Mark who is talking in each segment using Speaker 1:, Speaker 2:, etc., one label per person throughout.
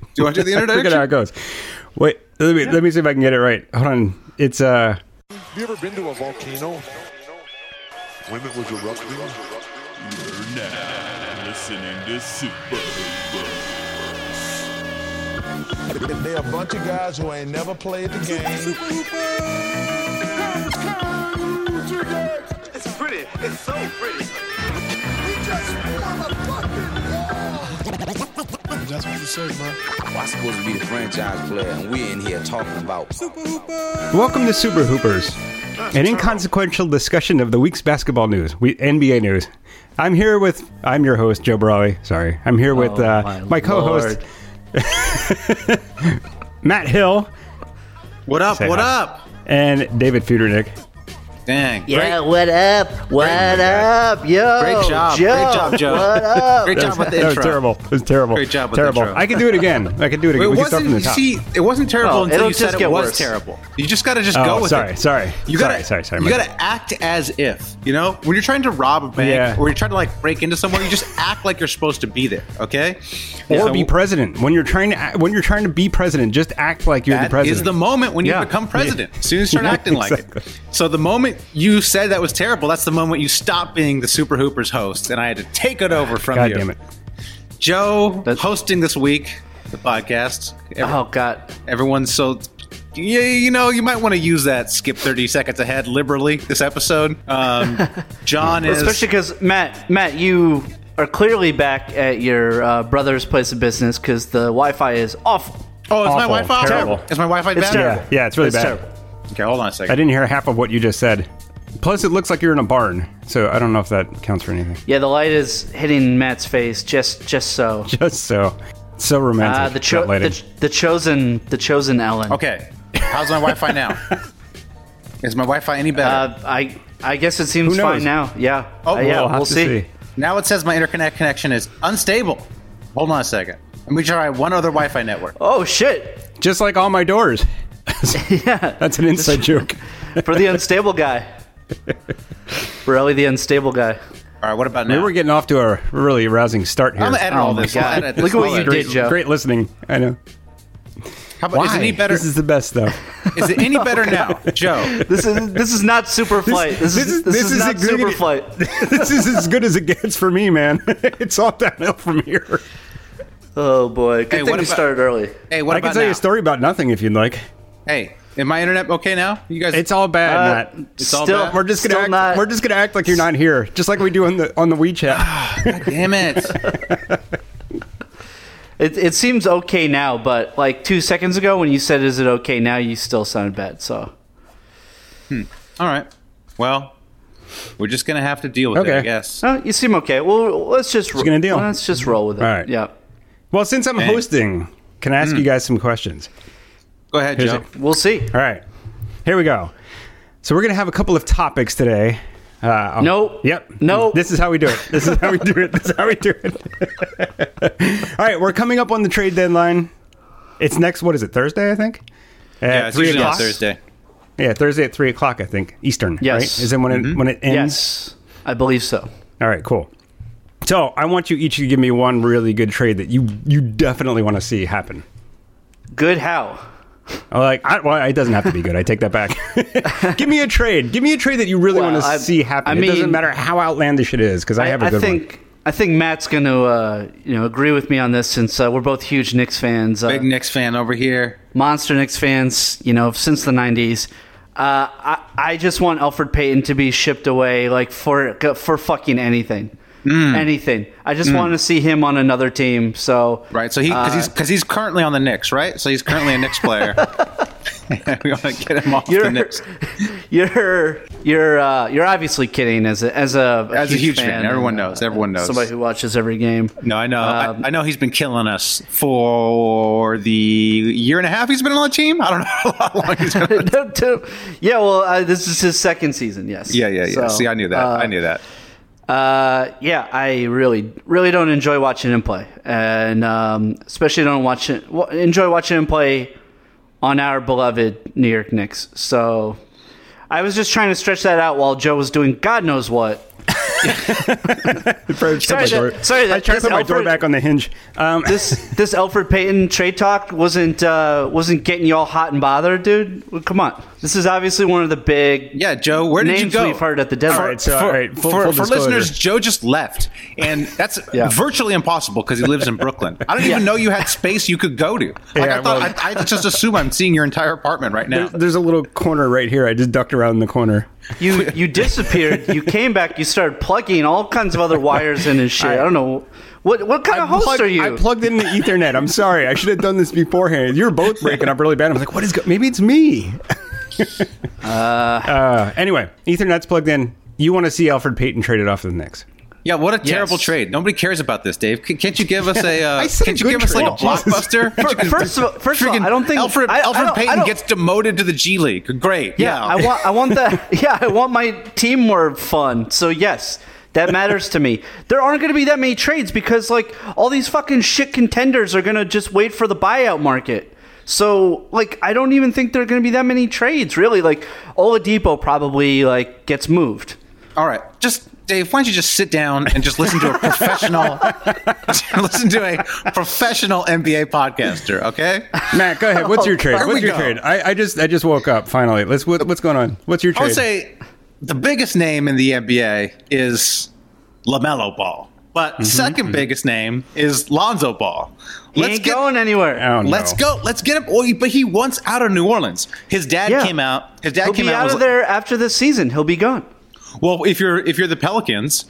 Speaker 1: Do you want to do the
Speaker 2: I forget how
Speaker 1: introduction?
Speaker 2: it goes. Wait, let me, let me see if I can get it right. Hold on. It's uh,
Speaker 3: Have you ever been to a volcano? When it was erupting?
Speaker 4: now listening to Super
Speaker 3: They're a bunch of guys who ain't never played the game.
Speaker 5: It's pretty. It's so pretty.
Speaker 6: I'm supposed to be the franchise player, and we're in here talking about
Speaker 2: welcome to Super Hoopers, an inconsequential discussion of the week's basketball news, we, NBA news. I'm here with I'm your host Joe Brawley. Sorry, I'm here with
Speaker 7: Oh,
Speaker 2: uh,
Speaker 7: my
Speaker 2: my, co-host Matt Hill
Speaker 1: What up?
Speaker 2: Say
Speaker 1: What
Speaker 2: hi.
Speaker 1: up?
Speaker 2: and David Futernick.
Speaker 1: Dang.
Speaker 7: Yeah, what up? What up, yo?
Speaker 1: Great job.
Speaker 7: Oh, Joe,
Speaker 1: Great job, Joe.
Speaker 7: What up?
Speaker 1: Great job with the
Speaker 2: that
Speaker 1: intro.
Speaker 2: was terrible. It was terrible.
Speaker 1: Great job with the
Speaker 2: terrible.
Speaker 1: intro.
Speaker 2: I can do it again. I can do it again.
Speaker 1: It
Speaker 2: we can start from the
Speaker 1: wasn't. You
Speaker 2: top.
Speaker 1: see, it wasn't terrible
Speaker 7: No,
Speaker 1: until
Speaker 7: it'll
Speaker 1: you said
Speaker 7: just
Speaker 1: it
Speaker 7: get
Speaker 1: was
Speaker 7: worse.
Speaker 1: terrible. You just got to just
Speaker 2: Oh,
Speaker 1: go with
Speaker 2: sorry,
Speaker 1: it.
Speaker 2: sorry.
Speaker 1: You gotta,
Speaker 2: Sorry, sorry, sorry, You
Speaker 1: You
Speaker 2: my
Speaker 1: got to act as if. You know, when you're trying to rob a bank
Speaker 2: Yeah.
Speaker 1: or you're trying to like break into somewhere, you just act like you're supposed to be there. Okay.
Speaker 2: or
Speaker 1: So
Speaker 2: be president when you're trying to act, when you're trying to be president. Just act like you're
Speaker 1: That
Speaker 2: the president.
Speaker 1: is the moment when
Speaker 2: Yeah.
Speaker 1: you become president. As soon as you start
Speaker 2: Yeah,
Speaker 1: acting
Speaker 2: exactly.
Speaker 1: like it. So the moment you said that was terrible, that's the moment you stopped being the Super Hoopers host, and I had to take it over from
Speaker 2: God
Speaker 1: you.
Speaker 2: damn it!
Speaker 1: Joe
Speaker 7: That's-
Speaker 1: hosting this week the podcast. Every-
Speaker 7: Oh God.
Speaker 1: Everyone's so. Yeah, you know, you might want to use that skip 30 seconds ahead liberally this episode. Um, John is.
Speaker 7: Especially because Matt, Matt, you are clearly back at your uh, brother's place of business because the Wi-Fi is awful.
Speaker 1: oh, is
Speaker 2: awful,
Speaker 1: my Wi Fi?
Speaker 2: terrible.
Speaker 1: Is my Wi Fi
Speaker 7: It's
Speaker 1: bad?
Speaker 7: terrible.
Speaker 2: Yeah, yeah, it's really bad.
Speaker 7: terrible.
Speaker 1: Okay, hold on a
Speaker 2: I
Speaker 1: second.
Speaker 2: didn't hear half of what you just said. Plus, it looks like you're in a barn, so I don't know if that counts for anything.
Speaker 7: Yeah, the light is hitting Matt's face just just so.
Speaker 2: Just so, so romantic.
Speaker 7: Uh, the, cho-
Speaker 2: that lighting.
Speaker 7: the, the chosen the chosen Ellen.
Speaker 1: Okay, how's my Wi Fi now? is my Wi Fi any better?
Speaker 7: Uh, I I guess it seems
Speaker 2: Who knows?
Speaker 7: fine now. Yeah.
Speaker 1: Oh,
Speaker 7: Uh, yeah.
Speaker 2: We'll
Speaker 7: We'll,
Speaker 2: have to
Speaker 7: see.
Speaker 1: Now it says my interconnect connection is unstable. Hold on a second. Let me try one other Wi-Fi network.
Speaker 7: Oh shit!
Speaker 2: Just like all my doors.
Speaker 7: yeah.
Speaker 2: That's an inside joke.
Speaker 7: for the unstable guy. Borelli, the unstable guy.
Speaker 1: All right, what about
Speaker 2: We
Speaker 1: now?
Speaker 2: were getting off to a really rousing start here.
Speaker 1: I'm gonna edit
Speaker 7: Oh
Speaker 1: all
Speaker 7: my
Speaker 1: this.
Speaker 7: God.
Speaker 1: I'll edit this.
Speaker 7: Look at what
Speaker 1: I'll
Speaker 7: you
Speaker 1: edit
Speaker 7: did,
Speaker 1: this.
Speaker 7: Joe.
Speaker 2: Great listening. I know.
Speaker 1: How about, is it any better?
Speaker 2: This is the best stuff.
Speaker 1: is it any better now, Joe?
Speaker 7: This is this is not super flight. This, is this, is, not
Speaker 2: as good-
Speaker 7: super flight.
Speaker 2: this is as good as it gets for me, man. It's all downhill from here.
Speaker 7: Oh boy! Good
Speaker 1: Hey,
Speaker 7: thing
Speaker 1: what
Speaker 7: we
Speaker 1: about-
Speaker 7: started early.
Speaker 1: Hey, what
Speaker 2: I
Speaker 1: about
Speaker 2: can tell
Speaker 1: now?
Speaker 2: you a story about nothing if you'd like.
Speaker 1: Hey, is my internet okay now? You guys,
Speaker 2: It's all bad, Matt.
Speaker 1: It's all
Speaker 7: Uh, still,
Speaker 1: bad.
Speaker 2: Uh, We're just gonna
Speaker 7: still
Speaker 2: act,
Speaker 7: not.
Speaker 2: we're just gonna act like you're not here, just like we do on the on the WeChat.
Speaker 1: damn it.
Speaker 7: It, it seems okay now, but like two seconds ago when you said "Is it okay now?" you still sounded bad. So
Speaker 1: all right. Well, we're just gonna have to deal with it,
Speaker 2: Okay.
Speaker 1: I guess.
Speaker 7: no, Oh, you seem okay. Well, let's just ro-
Speaker 2: gonna deal.
Speaker 7: Let's just roll with it.
Speaker 2: All right.
Speaker 7: Yeah,
Speaker 2: well, since I'm
Speaker 1: Hey.
Speaker 2: hosting, can I ask you guys some questions?
Speaker 1: Go ahead,
Speaker 2: Here's
Speaker 1: Joe.
Speaker 2: it.
Speaker 7: we'll see.
Speaker 2: All right, here we go. So we're gonna have a couple of topics today. Uh, I'll-
Speaker 7: Nope.
Speaker 2: Yep.
Speaker 7: Nope.
Speaker 2: This is how we do it. This is how we do it. This is how we do it. All right, we're coming up on the trade deadline. It's next. What is it? Thursday, I think. At
Speaker 1: Yeah, it's usually on Thursday.
Speaker 2: Yeah, Thursday at three o'clock, I think Eastern.
Speaker 7: Yes. Mm-hmm.
Speaker 2: right? is then when it when it ends.
Speaker 7: Yes, I believe so.
Speaker 2: All right, cool. So I want you each to give me one really good trade that you you definitely want to see happen.
Speaker 7: Good. How?
Speaker 2: I'm Like, I, well, it doesn't have to be good. I take that back. give me a trade. Give me a trade that you really
Speaker 7: Well,
Speaker 2: want to
Speaker 7: I-
Speaker 2: see happen.
Speaker 7: I
Speaker 2: it doesn't
Speaker 7: mean-
Speaker 2: matter how outlandish it is, because I, have a good
Speaker 7: think I think Matt's going to uh, you know agree with me on this since uh, we're both huge Knicks fans, uh,
Speaker 1: Big Knicks fan over here.
Speaker 7: monster Knicks fans. You know, since the '90s. Uh, I, I just want Alfred Payton to be shipped away, like for for fucking anything,
Speaker 1: Mm.
Speaker 7: anything. I just want to see him on another team. So uh,
Speaker 1: Right, so he because he's because he's currently on the Knicks, right? So he's currently a Knicks player. we want to get him off the
Speaker 7: you're
Speaker 1: Knicks.
Speaker 7: you're you're uh, you're obviously kidding as a as a
Speaker 1: As a huge fan, everyone knows, everyone knows.
Speaker 7: uh, somebody who watches every game.
Speaker 1: No, I know.
Speaker 7: Um,
Speaker 1: I, I know he's been killing us for the year and a half he's been on the team. I don't know how long he's been. On the
Speaker 7: No, too. Yeah, well, uh, this is his second season. Yes.
Speaker 1: yeah, yeah, yeah.
Speaker 7: So,
Speaker 1: See, I knew that.
Speaker 7: uh,
Speaker 1: I knew that.
Speaker 7: Uh, yeah, I really, really don't enjoy watching him play, and um, especially don't watch it, wa- enjoy watching him play on our beloved New York Knicks. So, I was just trying to stretch that out while Joe was doing God knows what.
Speaker 2: Sorry,
Speaker 7: Sorry, that- sorry,
Speaker 2: I
Speaker 7: that-
Speaker 2: tried to
Speaker 7: this
Speaker 2: put my door
Speaker 7: Alfred-
Speaker 2: back on the hinge. Um,
Speaker 7: This this Alfred Payton trade talk wasn't uh, wasn't getting you all hot and bothered, dude. Well, come on, this is obviously one of the big
Speaker 1: Yeah, Joe, where did
Speaker 7: names
Speaker 1: you go?
Speaker 7: we've heard at the deadline.
Speaker 2: All right, so-
Speaker 1: for,
Speaker 2: all right, full-
Speaker 1: for-
Speaker 2: full
Speaker 1: for
Speaker 2: disclosure.
Speaker 1: listeners, Joe just left, and that's
Speaker 7: Yeah.
Speaker 1: virtually impossible because he lives in Brooklyn. I don't even know you had space you could go to. Like
Speaker 2: Yeah,
Speaker 1: I thought,
Speaker 2: well-
Speaker 1: I, I just assume I'm seeing your entire apartment right now.
Speaker 2: there's, there's a little corner right here. I just ducked around the corner.
Speaker 7: You you disappeared. you came back. You started plugging all kinds of other wires in and shit. I, don't know what what kind of host
Speaker 2: plugged,
Speaker 7: are you?
Speaker 2: I plugged in the Ethernet. I'm sorry. I should have done this beforehand. You were both breaking up really bad. I'm like, what is? Go- Maybe it's me. Uh, anyway, Ethernet's plugged in. You want to see Alfred Payton traded off to the Knicks?
Speaker 1: yeah, what a terrible
Speaker 7: Yes.
Speaker 1: trade. Nobody cares about this, Dave. C- can't you give us a? Uh,
Speaker 2: I said
Speaker 1: can't you
Speaker 2: good
Speaker 1: give us like a
Speaker 2: trade.
Speaker 1: blockbuster? Can't you-
Speaker 7: first of all- first of all,
Speaker 1: Friggin'
Speaker 7: I don't think-
Speaker 1: Alfred
Speaker 7: I- I
Speaker 1: Alfred
Speaker 7: don't- I
Speaker 1: Payton
Speaker 7: don't-
Speaker 1: gets demoted to the G League. Great.
Speaker 7: yeah, I want I want that. Yeah, I want my team more fun. So yes. That matters to me. There aren't going to be that many trades because, like, all these fucking shit contenders are going to just wait for the buyout market. So, like, I don't even think there are going to be that many trades, really. Like, Oladipo probably like gets moved.
Speaker 1: All right, just Dave. Why don't you just sit down and just listen to a professional, listen to a professional NBA podcaster? Okay.
Speaker 2: Matt, go ahead. What's your trade?
Speaker 1: Where
Speaker 2: What's
Speaker 1: Oh, we
Speaker 2: your
Speaker 1: go?
Speaker 2: trade? I, I just I just woke up finally. Let's what, what's going on? What's your
Speaker 1: I
Speaker 2: trade?
Speaker 1: would say the biggest name in the NBA is LaMelo Ball. But 2nd biggest name is Lonzo Ball.
Speaker 7: Mm-hmm, He ain't going anywhere.
Speaker 2: Oh, no.
Speaker 1: Let's go. Let's get him. Oh, but he wants out of New Orleans. His dad
Speaker 7: Yeah.
Speaker 1: came out. His dad
Speaker 7: He'll
Speaker 1: came
Speaker 7: be
Speaker 1: out.
Speaker 7: out
Speaker 1: and
Speaker 7: of
Speaker 1: was like,
Speaker 7: there after this season. He'll be gone.
Speaker 1: Well, if you're if you're the Pelicans,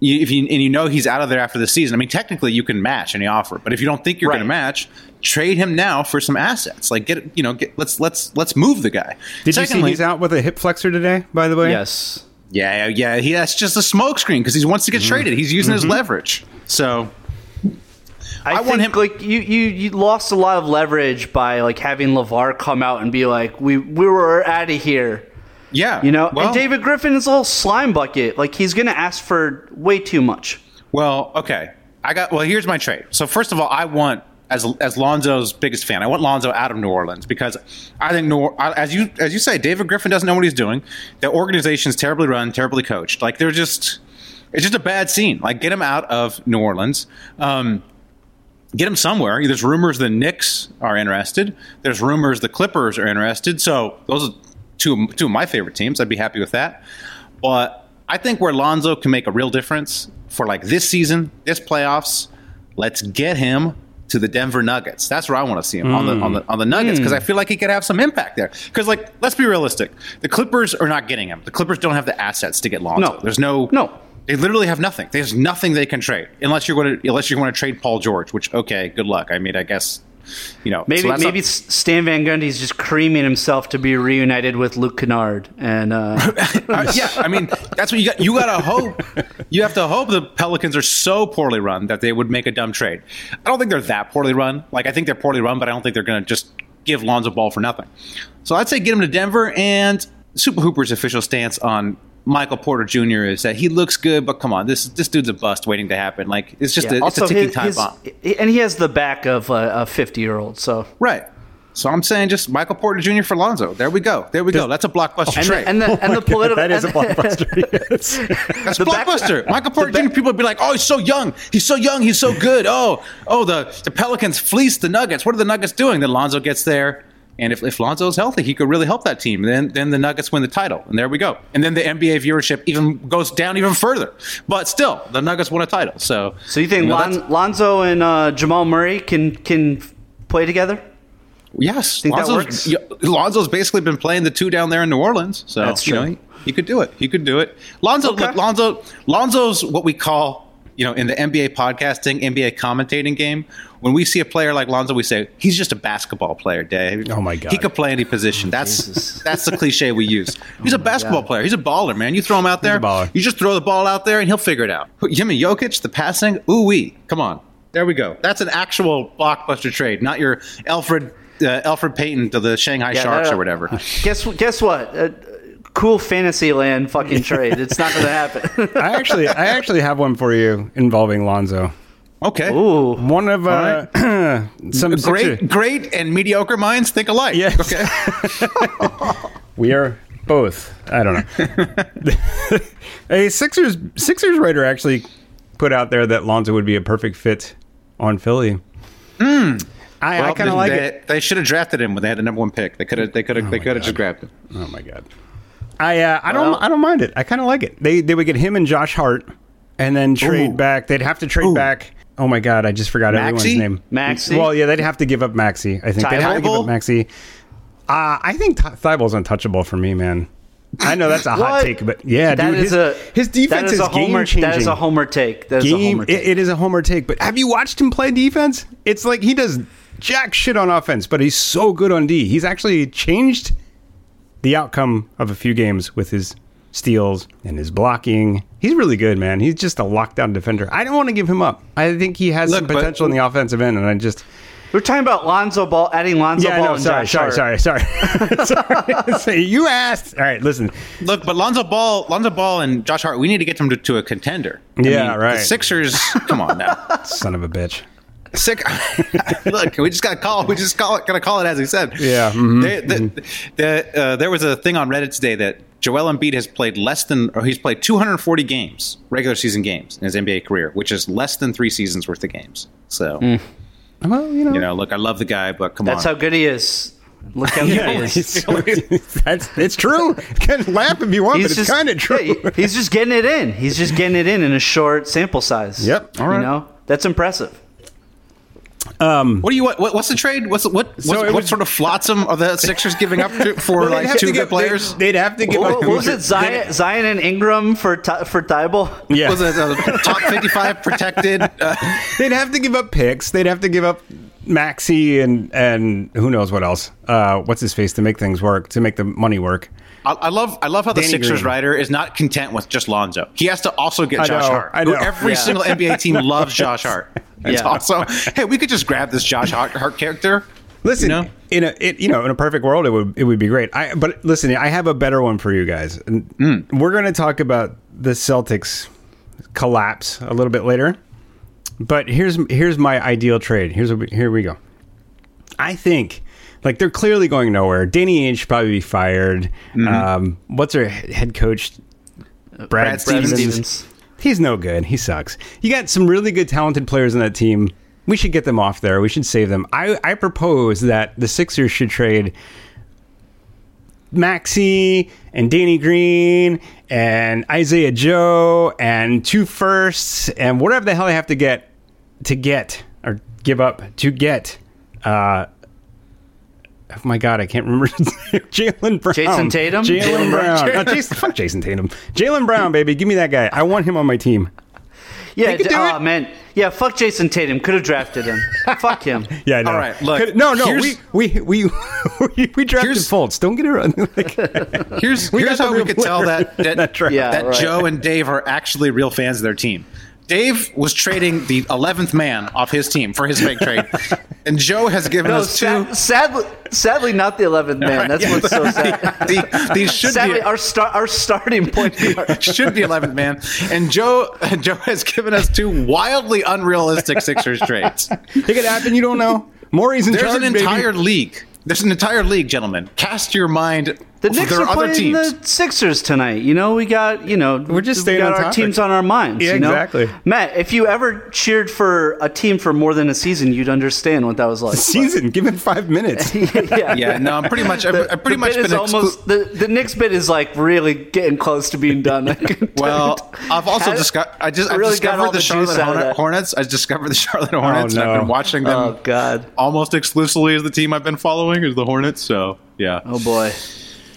Speaker 1: you, if you and you know he's out of there after the season, I mean, technically you can match any offer, but if you don't think you're going
Speaker 7: Right.
Speaker 1: to match, trade him now for some assets. Like get you know get, let's let's let's move the guy.
Speaker 2: Did you see he's out with a hip flexor today? By the way,
Speaker 7: Yes.
Speaker 1: Yeah, yeah, he, that's just a smokescreen because he wants to get
Speaker 7: Mm-hmm.
Speaker 1: traded. He's using his leverage. So
Speaker 7: I,
Speaker 1: want
Speaker 7: think,
Speaker 1: him-
Speaker 7: like you, you you lost a lot of leverage by like having LeVar come out and be like, We we were out of here.
Speaker 1: yeah,
Speaker 7: You know?
Speaker 1: Well,
Speaker 7: and David Griffin is a little slime bucket. Like he's gonna ask for way too much.
Speaker 1: Well, okay, I got. Well, here's my trade. So first of all, I want. As, as Lonzo's biggest fan, I want Lonzo out of New Orleans because I think New Or- I- as you as you say, David Griffin doesn't know what he's doing. The organization's terribly run, terribly coached. Like they're just, it's just a bad scene. Like get him out of New Orleans. Um, get him somewhere. There's rumors the Knicks are interested. There's rumors the Clippers are interested. So those are two two of my favorite teams. I'd be happy with that. But I think where Lonzo can make a real difference for like this season, this playoffs, let's get him to the Denver Nuggets. That's where I want to see him on the on the on the Nuggets because I feel like he could have some impact there. Because like let's be realistic, the Clippers are not getting him. The Clippers don't have the assets to get Lonzo.
Speaker 7: No.
Speaker 1: There's no
Speaker 7: No.
Speaker 1: they literally have nothing. There's nothing they can trade unless you're going to unless you want to trade Paul George. Which okay, good luck. I mean, I guess you know
Speaker 7: Maybe
Speaker 1: so that's
Speaker 7: maybe
Speaker 1: not-
Speaker 7: S- Stan Van Gundy's just creaming himself to be reunited with Luke Kennard and uh,
Speaker 1: Uh, yeah, I mean that's what you got. You gotta hope. You have to hope the Pelicans are so poorly run that they would make a dumb trade. I don't think they're that poorly run. Like I think they're poorly run, but I don't think they're gonna just give Lonzo Ball for nothing. So I'd say get him to Denver. And Super Hooper's official stance on Michael Porter Jr. is that he looks good, but come on, this this dude's a bust waiting to happen. Like it's just
Speaker 7: yeah.
Speaker 1: a, it's a ticking time
Speaker 7: his-
Speaker 1: bomb.
Speaker 7: and he has the back of a fifty year old, so
Speaker 1: Right. So I'm saying just Michael Porter Jr. for Lonzo. There we go. There we go. That's Oh a blockbuster
Speaker 7: and
Speaker 1: trade.
Speaker 7: the, and the, and the political
Speaker 2: that is a
Speaker 7: and-
Speaker 2: blockbuster. yes.
Speaker 1: That's blockbuster. Michael Porter Jr. People would be like, "Oh, he's so young. He's so young. He's so good. Oh, oh, the the Pelicans fleece the Nuggets. What are the Nuggets doing?" Then Lonzo gets there, and if if Lonzo's healthy, he could really help that team. Then then the Nuggets win the title, and there we go. And then the NBA viewership even goes down even further. But still, the Nuggets won a title. So
Speaker 7: So you think
Speaker 1: know,
Speaker 7: Lon-
Speaker 1: that's-
Speaker 7: Lonzo and uh, Jamal Murray can can f- play together?
Speaker 1: Yes,
Speaker 7: Think that
Speaker 1: Lonzo's, yeah, Lonzo's basically been playing the two down there in New Orleans, so
Speaker 7: That's
Speaker 1: you know,
Speaker 7: true.
Speaker 1: he, he could do it. He could do it. Lonzo,
Speaker 7: Okay.
Speaker 1: look, Lonzo, Lonzo's what we call you know in the NBA podcasting, NBA commentating game. When we see a player like Lonzo, we say he's just a basketball player. Dave,
Speaker 2: Oh, my God.
Speaker 1: he could play any
Speaker 2: Oh,
Speaker 1: position. That's that's the cliche we use. He's a basketball player. He's a baller, man. You throw him out there,
Speaker 2: baller.
Speaker 1: you just throw the ball out there, and he'll figure it out. Jimmy Jokic, the passing, ooh wee, come on. There we go. That's an actual blockbuster trade, not your Alfred uh, Alfred Payton to the Shanghai Sharks
Speaker 7: that-
Speaker 1: or whatever.
Speaker 7: Guess wh- guess what? Uh, cool fantasy land fucking trade. It's not going to happen.
Speaker 2: I actually I actually have one for you involving Lonzo.
Speaker 1: Okay.
Speaker 7: Ooh,
Speaker 2: One of uh, some
Speaker 1: Great,
Speaker 2: Sixer-
Speaker 1: great, and mediocre minds think alike.
Speaker 2: Yes.
Speaker 1: Okay.
Speaker 2: We are both. I don't know. a Sixers Sixers writer actually put out there that Lonzo would be a perfect fit on Philly. I, I kind of like
Speaker 1: they,
Speaker 2: it.
Speaker 1: They should have drafted him when they had the number one pick. They could have. They could have. they could have just grabbed him.
Speaker 2: Oh my god. I uh, I don't
Speaker 7: Well-
Speaker 2: I don't mind it. I kind of like it. They they would get him and Josh Hart, and then trade
Speaker 1: Ooh.
Speaker 2: back. They'd have to trade
Speaker 1: Ooh.
Speaker 2: back. Oh my god, I just forgot
Speaker 1: Maxey?
Speaker 2: everyone's name.
Speaker 7: Maxey?
Speaker 2: Well, yeah, they'd have to give up Maxi. I think they'd have to give
Speaker 1: Thibault?
Speaker 2: up Maxi. Uh, I think Th- Thibault's untouchable for me, man. I know that's a hot
Speaker 7: What?
Speaker 2: take, but yeah,
Speaker 7: That
Speaker 2: dude,
Speaker 7: is
Speaker 2: his,
Speaker 7: a
Speaker 2: his defense
Speaker 7: that
Speaker 2: is,
Speaker 7: is, a homer.
Speaker 2: game changing.
Speaker 7: That is a homer take. That is a
Speaker 2: game.
Speaker 7: homer take.
Speaker 2: it- it is a homer take. But have you watched him play defense? It's like he does jack shit on offense, but he's so good on D. He's actually changed the outcome of a few games with his steals and his blocking. He's really good, man. He's just a lockdown defender. I don't want to give him up. I think he has
Speaker 1: Look,
Speaker 2: some
Speaker 1: but-
Speaker 2: potential in the offensive end, and I just
Speaker 7: We're talking about Lonzo Ball adding Lonzo
Speaker 2: yeah, I
Speaker 7: Ball
Speaker 2: know.
Speaker 7: and
Speaker 2: Sorry,
Speaker 7: Josh
Speaker 2: sorry,
Speaker 7: Hart.
Speaker 2: sorry, sorry, sorry, sorry. You asked. All right, listen.
Speaker 1: Look, but Lonzo Ball, Lonzo Ball, and Josh Hart. We need to get them to, to a contender. I
Speaker 2: Yeah, right.
Speaker 1: The Sixers. Come on now.
Speaker 2: Son of a bitch.
Speaker 1: Sick. Look, we just got to call. We just call it. Got to call it as we said.
Speaker 2: Yeah, mhm,
Speaker 1: They- the- the, uh, there was a thing on Reddit today that Joel Embiid has played less than, or he's played 240 games, regular season games in his NBA career, which is less than three seasons worth of games. So
Speaker 2: Well, you know.
Speaker 1: you know, look, I love the guy, but come
Speaker 7: That's
Speaker 1: on.
Speaker 7: how good he is. Look how good he is.
Speaker 2: that's it's true. Can laugh if you want, but it's kind of true.
Speaker 7: yeah, he- he's just getting it in. He's just getting it in in a short sample size.
Speaker 2: Yep. All right.
Speaker 7: You know that's impressive.
Speaker 1: what do you what, what? What's the trade? What's what? What's,
Speaker 2: So it
Speaker 1: what
Speaker 2: was-
Speaker 1: sort of flotsam are the Sixers giving up to, for
Speaker 2: Well, they'd
Speaker 1: like
Speaker 2: have to
Speaker 1: two
Speaker 2: give-
Speaker 1: good players?
Speaker 2: They'd, they'd have to give.
Speaker 7: What,
Speaker 2: up
Speaker 7: what was
Speaker 2: future-
Speaker 7: it Zion, Zion and Ingram for Ty- for Thibault?
Speaker 2: Yeah,
Speaker 1: Was it uh, top 55 protected? Uh,
Speaker 2: they'd have to give up picks. They'd have to give up Maxi and and who knows what else. Uh, what's his face to make things work to make the money work.
Speaker 1: I, I love I love how the
Speaker 2: Danny
Speaker 1: Sixers
Speaker 2: Green.
Speaker 1: writer is not content with just Lonzo. He has to also get
Speaker 2: I
Speaker 1: Josh
Speaker 2: know,
Speaker 1: Hart.
Speaker 2: I know.
Speaker 1: Who Every
Speaker 7: Yeah.
Speaker 1: single NBA team loves Josh Hart. It's
Speaker 7: Yeah.
Speaker 1: also hey, we could just grab this Josh Hart, Hart character.
Speaker 2: Listen,
Speaker 1: You know?
Speaker 2: in a it, you know in a perfect world, it would it would be great. I but listen, I have a better one for you guys. And
Speaker 1: Mm.
Speaker 2: We're going to talk about the Celtics collapse a little bit later, but here's here's my ideal trade. Here's what we, here we go. I think like they're clearly going nowhere. Danny Ainge should probably be fired. Um, what's their he- head coach? Brad,
Speaker 1: Stevens.
Speaker 7: Stevens.
Speaker 2: He's no good. He sucks. You got some really good, talented players on that team. We should get them off there. We should save them. I, I propose that the Sixers should trade Maxi and Danny Green and Isaiah Joe and two firsts and whatever the hell they have to get to get or give up to get. Uh, oh my God, I can't remember. Jalen Brown.
Speaker 7: Jason Tatum?
Speaker 2: Jalen
Speaker 7: Jalen
Speaker 2: Brown.
Speaker 7: Brown.
Speaker 2: No, Jason, fuck Jason Tatum. Jalen Brown, baby. Give me that guy. I want him on my team.
Speaker 7: Yeah.
Speaker 2: could
Speaker 7: d-
Speaker 2: do
Speaker 7: oh
Speaker 2: it.
Speaker 7: man. Yeah. Fuck Jason Tatum. Could have drafted him. fuck him.
Speaker 2: Yeah, I know.
Speaker 1: All right, look,
Speaker 2: Could- no, no, we
Speaker 1: here's-
Speaker 2: we we we, we drafted
Speaker 1: Here's-
Speaker 2: Fultz. Don't get it wrong. Like,
Speaker 1: Here's
Speaker 2: We
Speaker 1: here's
Speaker 2: got the
Speaker 1: how we
Speaker 2: real
Speaker 1: could tell
Speaker 2: player.
Speaker 1: that that,
Speaker 2: That's right.
Speaker 7: Yeah,
Speaker 1: that
Speaker 7: right.
Speaker 1: Joe and Dave are actually real fans of their team. Dave was trading the eleventh man off his team for his fake trade, and Joe has given
Speaker 7: No.
Speaker 1: us two.
Speaker 7: Sad, sadly, sadly, not the 11th man. That's what's so sad.
Speaker 1: The- these should
Speaker 7: sadly,
Speaker 1: be
Speaker 7: our star, our starting point guard.
Speaker 1: should be eleventh man, and Joe Joe has given us two wildly unrealistic Sixers trades.
Speaker 2: it could happen. You don't know. Maury's in
Speaker 1: There's
Speaker 2: charge.
Speaker 1: an
Speaker 2: baby.
Speaker 1: entire league. There's an entire league, gentlemen. Cast your mind.
Speaker 7: The Knicks
Speaker 1: there
Speaker 7: are
Speaker 1: are other
Speaker 7: playing
Speaker 1: teams.
Speaker 7: the Sixers tonight. You know, we got you know we're
Speaker 2: just staying
Speaker 7: we got
Speaker 2: on
Speaker 7: our
Speaker 2: topic.
Speaker 7: teams on our minds.
Speaker 2: Yeah,
Speaker 7: you know?
Speaker 2: exactly.
Speaker 7: Matt, if you ever cheered for a team for more than a season, you'd understand what that was like.
Speaker 2: season. Give him five minutes.
Speaker 7: yeah,
Speaker 1: yeah, no, I'm pretty much. I've, I've pretty
Speaker 7: the
Speaker 1: much
Speaker 7: bit
Speaker 1: been
Speaker 7: is
Speaker 1: exclu-
Speaker 7: almost the the Knicks bit is like really getting close to being done.
Speaker 1: Well, I've also
Speaker 7: Had-
Speaker 1: discovered. I just I've
Speaker 7: really got all
Speaker 1: discovered the,
Speaker 7: the juice out
Speaker 1: Charlotte
Speaker 7: of
Speaker 1: Hornet-
Speaker 7: that.
Speaker 1: Hornets. I discovered the Charlotte Hornets, and
Speaker 2: no.
Speaker 1: I've been watching them.
Speaker 7: Oh, God.
Speaker 1: Almost exclusively as the team I've been following is the Hornets. So yeah.
Speaker 7: oh boy,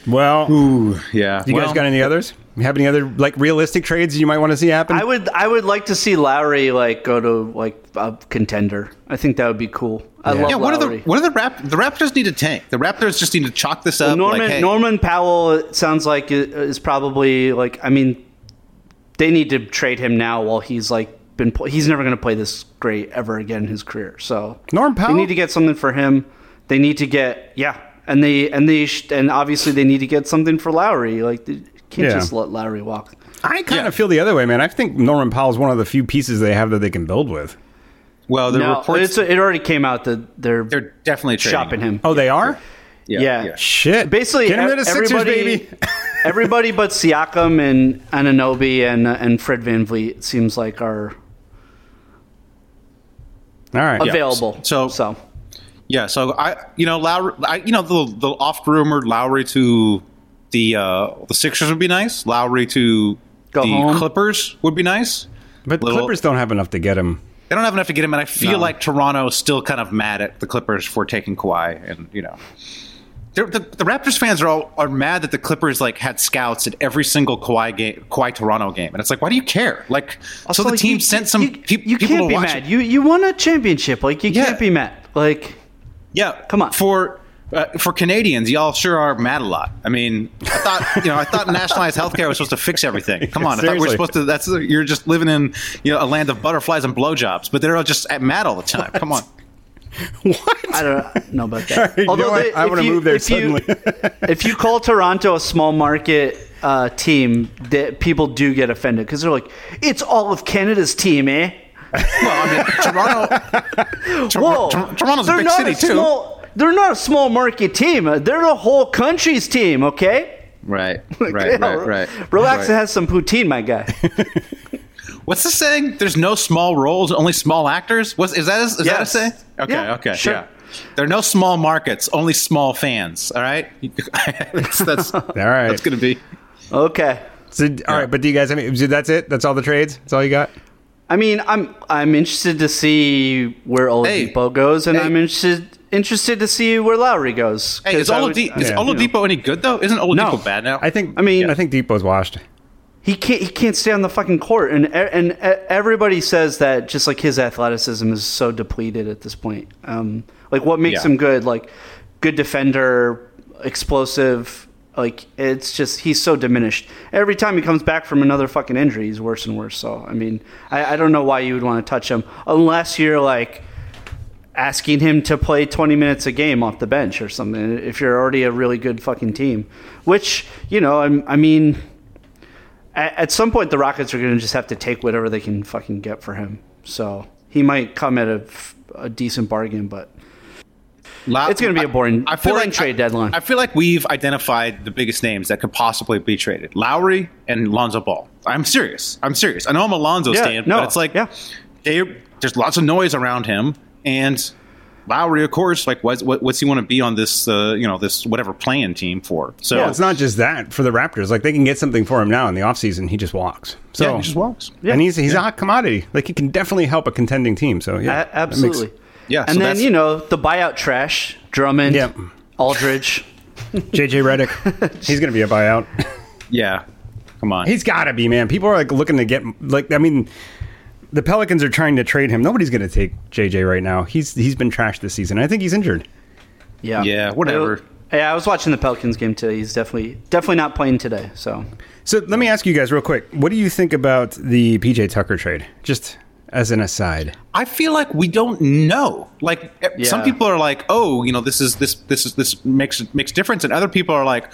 Speaker 2: well,
Speaker 1: Ooh, yeah.
Speaker 2: you guys got any others? You have any other like realistic trades you might want to see happen?
Speaker 7: I would I would like to see Lowry like go to like a contender. I think that would be cool. I love
Speaker 1: Yeah, what are the
Speaker 7: Lowry.
Speaker 1: what are the rap? The Raptors need to tank. The Raptors just need to chalk this up.
Speaker 7: Norman
Speaker 1: like, hey,
Speaker 7: Norman Powell it sounds like i- is probably like I mean they need to trade him now while he's like been pl- he's never going to play this great ever again in his career. So
Speaker 2: Norm Powell?
Speaker 7: they need to get something for him. They need to get yeah, and they and they sh- and obviously they need to get something for Lowry. Like they can't
Speaker 2: Yeah.
Speaker 7: just let Lowry walk.
Speaker 2: I kind
Speaker 1: Yeah.
Speaker 2: of feel the other way, man. I think Norman Powell's one of the few pieces they have that they can build with.
Speaker 1: Well, the
Speaker 7: no,
Speaker 1: reports
Speaker 7: it's, it already came out that they're
Speaker 1: they're definitely trading
Speaker 7: shopping him.
Speaker 2: Oh, they are.
Speaker 1: Yeah.
Speaker 7: Yeah.
Speaker 1: yeah.
Speaker 2: Shit.
Speaker 7: Basically,
Speaker 2: get him
Speaker 7: ev-
Speaker 2: to the Sixers,
Speaker 7: everybody-
Speaker 2: baby.
Speaker 7: Everybody but Siakam and Ananobi and uh, and Fred Van Vliet seems like are
Speaker 2: All right.
Speaker 1: Yeah.
Speaker 7: available.
Speaker 1: So-
Speaker 7: so
Speaker 1: Yeah, so I, you know, Lowry, I, you know, the the oft rumored Lowry to the uh, the Sixers would be nice. Lowry to
Speaker 7: Go
Speaker 1: the
Speaker 7: home.
Speaker 1: Clippers would be nice.
Speaker 2: But the
Speaker 1: Little-
Speaker 2: Clippers don't have enough to get him.
Speaker 1: They don't have enough to get him, and I feel
Speaker 2: No.
Speaker 1: like Toronto is still kind of mad at the Clippers for taking Kawhi, and you know, They're- the, the Raptors fans are all are mad that the Clippers like had scouts at every single Kawhi game, Kawhi Toronto game, and it's like, why do you care? Like,
Speaker 7: Also,
Speaker 1: so the
Speaker 7: like,
Speaker 1: team
Speaker 7: you-
Speaker 1: sent some
Speaker 7: you,
Speaker 1: peop-
Speaker 7: you
Speaker 1: people
Speaker 7: can't
Speaker 1: to
Speaker 7: be
Speaker 1: watch
Speaker 7: mad.
Speaker 1: it.
Speaker 7: You you won a championship. Like you
Speaker 1: Yeah.
Speaker 7: can't be mad. Like
Speaker 1: Yeah,
Speaker 7: Come on.
Speaker 1: For uh, for Canadians, y'all sure are mad a lot. I mean, I thought you know, I thought nationalized healthcare was supposed to fix everything. Come on, I thought we
Speaker 2: Seriously.
Speaker 1: are supposed to. That's you're just living in you know a land of butterflies and blowjobs, but they're all just at mad all the time. Come on.
Speaker 7: I don't know about that.
Speaker 2: You know what?
Speaker 7: they-
Speaker 2: I
Speaker 7: if
Speaker 2: want to
Speaker 7: you-
Speaker 2: move there
Speaker 7: if you-
Speaker 2: suddenly.
Speaker 7: if you call Toronto a small market uh, team, that people do get offended because they're like, "It's all of Canada's team, eh?"
Speaker 1: Well, I mean, Toronto. Tor-
Speaker 7: Whoa,
Speaker 1: Tor- Toronto's a
Speaker 7: They're
Speaker 1: big
Speaker 7: not
Speaker 1: city too.
Speaker 7: small- they're not a small market team. Uh, They're the whole country's team. Okay.
Speaker 1: Right,
Speaker 7: Like, yeah, re- Relax and have some poutine, my guy.
Speaker 1: What's the saying? There's no small roles, only small actors. What's, is that? Is that a
Speaker 7: Yes.
Speaker 1: saying? Okay,
Speaker 7: Yeah,
Speaker 1: okay,
Speaker 7: sure.
Speaker 1: yeah. There are no small markets, only small fans. All right, that's, that's all
Speaker 2: right.
Speaker 1: That's gonna be.
Speaker 7: okay.
Speaker 2: So, all right, but do you guys have any? so That's it. That's all the trades. That's all you got.
Speaker 7: I mean, I'm I'm interested to see where
Speaker 1: Hey.
Speaker 7: Oladipo goes, and
Speaker 1: Hey.
Speaker 7: I'm interested interested to see where Lowry goes.
Speaker 1: Hey, is,
Speaker 7: I would-
Speaker 1: Oladi- is
Speaker 2: yeah.
Speaker 1: Oladipo any good though? Isn't Oladipo
Speaker 7: No.
Speaker 1: bad now?
Speaker 2: I think.
Speaker 7: I mean-
Speaker 2: I think Depot's washed.
Speaker 7: he can't he can't stay on the fucking court, and e- and e- everybody says that just like his athleticism is so depleted at this point. Um, like what makes
Speaker 1: Yeah.
Speaker 7: him good? Like good defender, explosive. Like it's just he's so diminished. Every time he comes back from another fucking injury, he's worse and worse. So I mean, I, I don't know why you would want to touch him unless you're like asking him to play 20 minutes a game off the bench or something if you're already a really good fucking team which you know i, I mean at, at some point the rockets are going to just have to take whatever they can fucking get for him so he might come at a, f- a decent bargain but
Speaker 1: La-
Speaker 7: it's gonna be a boring- boring trade
Speaker 1: I-
Speaker 7: deadline.
Speaker 1: I feel like we've identified the biggest names that could possibly be traded: Lowry and Lonzo Ball. I'm serious. I'm serious. I know I'm a Lonzo
Speaker 7: Yeah,
Speaker 1: stand,
Speaker 7: no,
Speaker 1: but it's like
Speaker 7: yeah.
Speaker 1: they, there's lots of noise around him, and Lowry, of course, like what's, what, what's he want to be on this, uh, you know, this whatever playing team for? So
Speaker 2: Well, it's not just that for the Raptors. Like they can get something for him now in the offseason. He just walks. So
Speaker 1: Yeah, he just walks.
Speaker 2: And he's he's a hot commodity. Like he can definitely help a contending team. So yeah,
Speaker 7: a- absolutely
Speaker 1: Yeah, so
Speaker 7: and then
Speaker 1: that's-
Speaker 7: you know the buyout trash drummond
Speaker 2: Yep.
Speaker 7: aldridge
Speaker 2: JJ Redick, he's gonna be a buyout.
Speaker 1: yeah, come on.
Speaker 2: He's got to be, man. People are like looking to get like I mean, the Pelicans are trying to trade him. Nobody's going to take JJ right now. He's he's been trashed this season. I think he's injured.
Speaker 7: yeah
Speaker 1: Yeah, whatever.
Speaker 7: yeah i was watching the pelicans game today he's definitely definitely not playing today so
Speaker 2: So let me ask you guys real quick. What do you think about the PJ Tucker trade? Just as an aside.
Speaker 1: I feel like we don't know. Like eh, some
Speaker 7: Yeah.
Speaker 1: people are like, "Oh, you know, this is this this is this makes makes difference," and other people are like,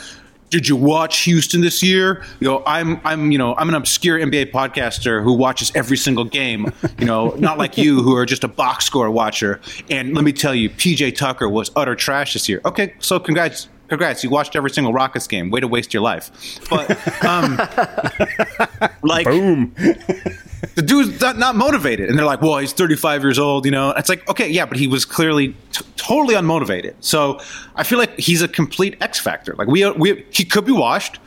Speaker 1: "Did you watch Houston this year?" You know, I'm I'm you know I'm an obscure NBA podcaster who watches every single game. You know, not like you who are just a box score watcher. And let me tell you, PJ Tucker was utter trash this year. Okay, so congrats. Congrats! You watched every single Rockets game. Way to waste your life. But um, like,
Speaker 2: Boom.
Speaker 1: the dude's not, not motivated and they're like well he's 35 years old you know it's like okay yeah but he was clearly t- totally unmotivated so i feel like he's a complete x factor like we, we he could be washed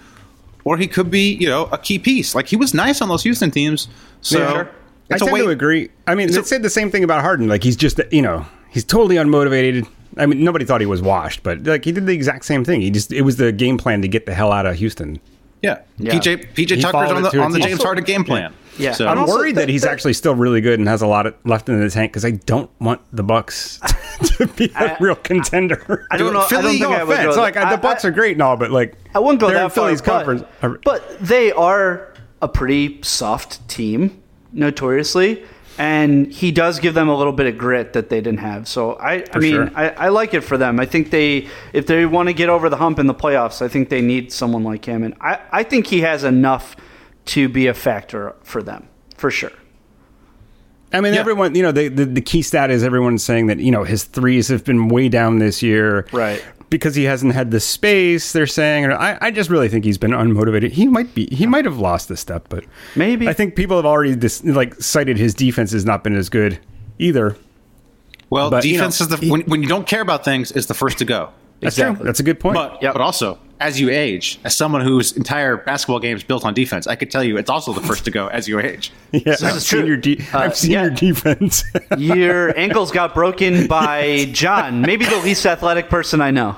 Speaker 1: or he could be you know a key piece like he was nice on those houston teams so
Speaker 2: Yeah. I
Speaker 1: it's a
Speaker 2: tend
Speaker 1: way
Speaker 2: to agree. I mean,
Speaker 1: it's
Speaker 2: they
Speaker 1: a-
Speaker 2: said the same thing about Harden. Like he's just you know he's totally unmotivated. I mean, nobody thought he was washed, but like he did the exact same thing. He just it was the game plan to get the hell out of Houston.
Speaker 1: yeah, pj pj
Speaker 2: He
Speaker 1: tucker's
Speaker 2: followed
Speaker 1: on
Speaker 2: it to
Speaker 1: the
Speaker 2: a
Speaker 1: on the
Speaker 2: T.
Speaker 1: james
Speaker 2: Also-
Speaker 1: harden game plan
Speaker 7: Yeah.
Speaker 1: so
Speaker 2: I'm
Speaker 7: And also
Speaker 2: worried
Speaker 7: the-
Speaker 2: that he's
Speaker 7: the-
Speaker 2: actually still really good and has a lot of left in the tank because I don't want the Bucks to be a
Speaker 7: I-
Speaker 2: real contender.
Speaker 7: I don't know. I don't
Speaker 1: Philly,
Speaker 7: think
Speaker 2: no
Speaker 7: I would
Speaker 2: offense.
Speaker 7: go.
Speaker 2: Like
Speaker 7: that-
Speaker 2: the
Speaker 7: I-
Speaker 2: Bucks
Speaker 7: I-
Speaker 2: are great and all, but like
Speaker 7: I wouldn't go
Speaker 2: they're
Speaker 7: that
Speaker 2: in Philly's
Speaker 7: far, but-
Speaker 2: conference.
Speaker 7: But, they are a pretty soft team, notoriously, and he does give them a little bit of grit that they didn't have. So I, I mean,
Speaker 2: sure.
Speaker 7: I, I like it for them. I think they, if they want to get over the hump in the playoffs, I think they need someone like him, and I, I think he has enough to be a factor for them for sure.
Speaker 2: I mean, everyone, you know, the, the the key stat is everyone's saying that you know his threes have been way down this year,
Speaker 7: Right.
Speaker 2: because he hasn't had the space. They're saying, or I, I just really think he's been unmotivated. He might be, he might have lost the step, but
Speaker 7: Maybe.
Speaker 2: I think people have already dis- like cited his defense has not been as good either.
Speaker 1: Well,
Speaker 2: But, you
Speaker 1: defense
Speaker 2: know,
Speaker 1: is the when, when you don't care about things is the first to go.
Speaker 2: That's true.
Speaker 7: Exactly.
Speaker 2: That's a good point.
Speaker 1: But
Speaker 7: Yep.
Speaker 1: but also as you age, as someone whose entire basketball game is built on defense, I could tell you it's also the first to go as you age.
Speaker 2: yeah,
Speaker 7: is
Speaker 2: I've seen
Speaker 7: true.
Speaker 2: your de-
Speaker 7: Uh,
Speaker 2: I've seen
Speaker 7: yeah.
Speaker 2: your defense.
Speaker 7: Your ankles got broken by John, maybe the least athletic person I know.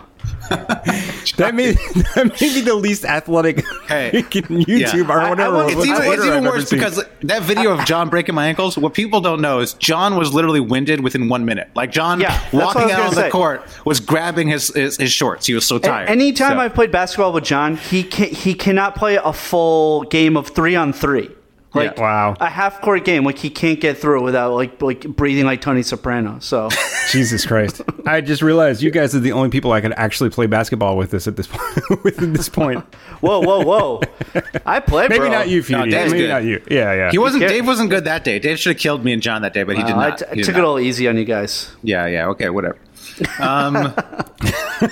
Speaker 2: that may that may be the least athletic
Speaker 1: Hey.
Speaker 2: freaking YouTube
Speaker 1: I-
Speaker 2: or
Speaker 1: I
Speaker 2: whatever.
Speaker 1: want- it's even,
Speaker 2: Twitter
Speaker 1: it's
Speaker 2: I've
Speaker 1: even
Speaker 2: ever
Speaker 1: worse
Speaker 2: seen.
Speaker 1: because that video of John breaking my ankles, what people don't know is John was literally winded within one minute. Like John
Speaker 7: Yeah, that's what I
Speaker 1: walking
Speaker 7: was
Speaker 1: out
Speaker 7: gonna
Speaker 1: on the
Speaker 7: say.
Speaker 1: court was grabbing his, his, his shorts. He was so tired.
Speaker 7: A- Anytime
Speaker 1: So-
Speaker 7: I've played basketball with John, he can, he cannot play a full game of three on three. Like
Speaker 2: Yeah. Wow.
Speaker 7: a half court game, like he can't get through without like like breathing like Tony Soprano. So
Speaker 2: Jesus Christ! I just realized you guys are the only people I could actually play basketball with this at this point. with at this point,
Speaker 7: whoa whoa whoa, I play
Speaker 2: maybe
Speaker 7: bro.
Speaker 2: not you,
Speaker 1: No,
Speaker 2: Feudy.
Speaker 1: Dan's
Speaker 2: maybe
Speaker 1: good.
Speaker 2: not you. Yeah, yeah.
Speaker 1: He wasn't.
Speaker 7: He can't-
Speaker 1: Dave wasn't good that day. Dave should have killed me and John that day, but he did
Speaker 7: Uh, I
Speaker 1: not.
Speaker 7: t- I
Speaker 1: He did
Speaker 7: took
Speaker 1: not.
Speaker 7: it all easy on you guys.
Speaker 1: Yeah, yeah. Okay, whatever. Um,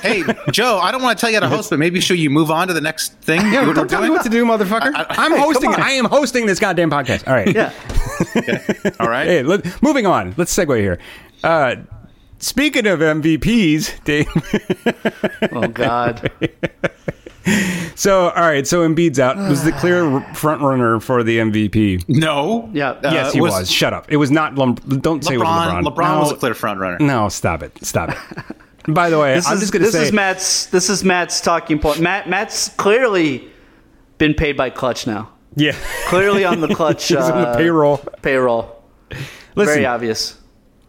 Speaker 1: hey, Joe, I don't want to tell you how to host, but maybe should you move on to the next thing?
Speaker 2: Yeah,
Speaker 1: What we're
Speaker 2: don't tell me
Speaker 1: doing?
Speaker 2: what to do, motherfucker.
Speaker 1: I- I-
Speaker 2: I, am
Speaker 1: Hey, come
Speaker 2: hosting.
Speaker 1: on.
Speaker 2: I am hosting this goddamn podcast. All right.
Speaker 7: Yeah,
Speaker 1: All right.
Speaker 2: Hey, let, moving on. Let's segue here. Uh, speaking of MVPs, Dave.
Speaker 7: oh god,
Speaker 2: so, all right. So Embiid's out. Was the clear r- front runner for the MVP?
Speaker 1: No. Uh,
Speaker 7: Yeah.
Speaker 2: yes, he was, Shut up. Uh, It was not. Lem- don't say it was
Speaker 1: LeBron.
Speaker 2: LeBron.
Speaker 1: LeBron was
Speaker 2: No.
Speaker 1: a clear front runner.
Speaker 2: No, stop it. Stop it. By the way,
Speaker 7: this
Speaker 2: I'm
Speaker 7: is
Speaker 2: just going to
Speaker 7: this
Speaker 2: say
Speaker 7: is Matt's this is Matt's talking point. Matt Matt's clearly been paid by Clutch now.
Speaker 2: Yeah.
Speaker 7: Clearly on the Clutch
Speaker 2: He's on
Speaker 7: uh,
Speaker 2: the payroll.
Speaker 7: Payroll.
Speaker 2: Listen,
Speaker 7: Very obvious.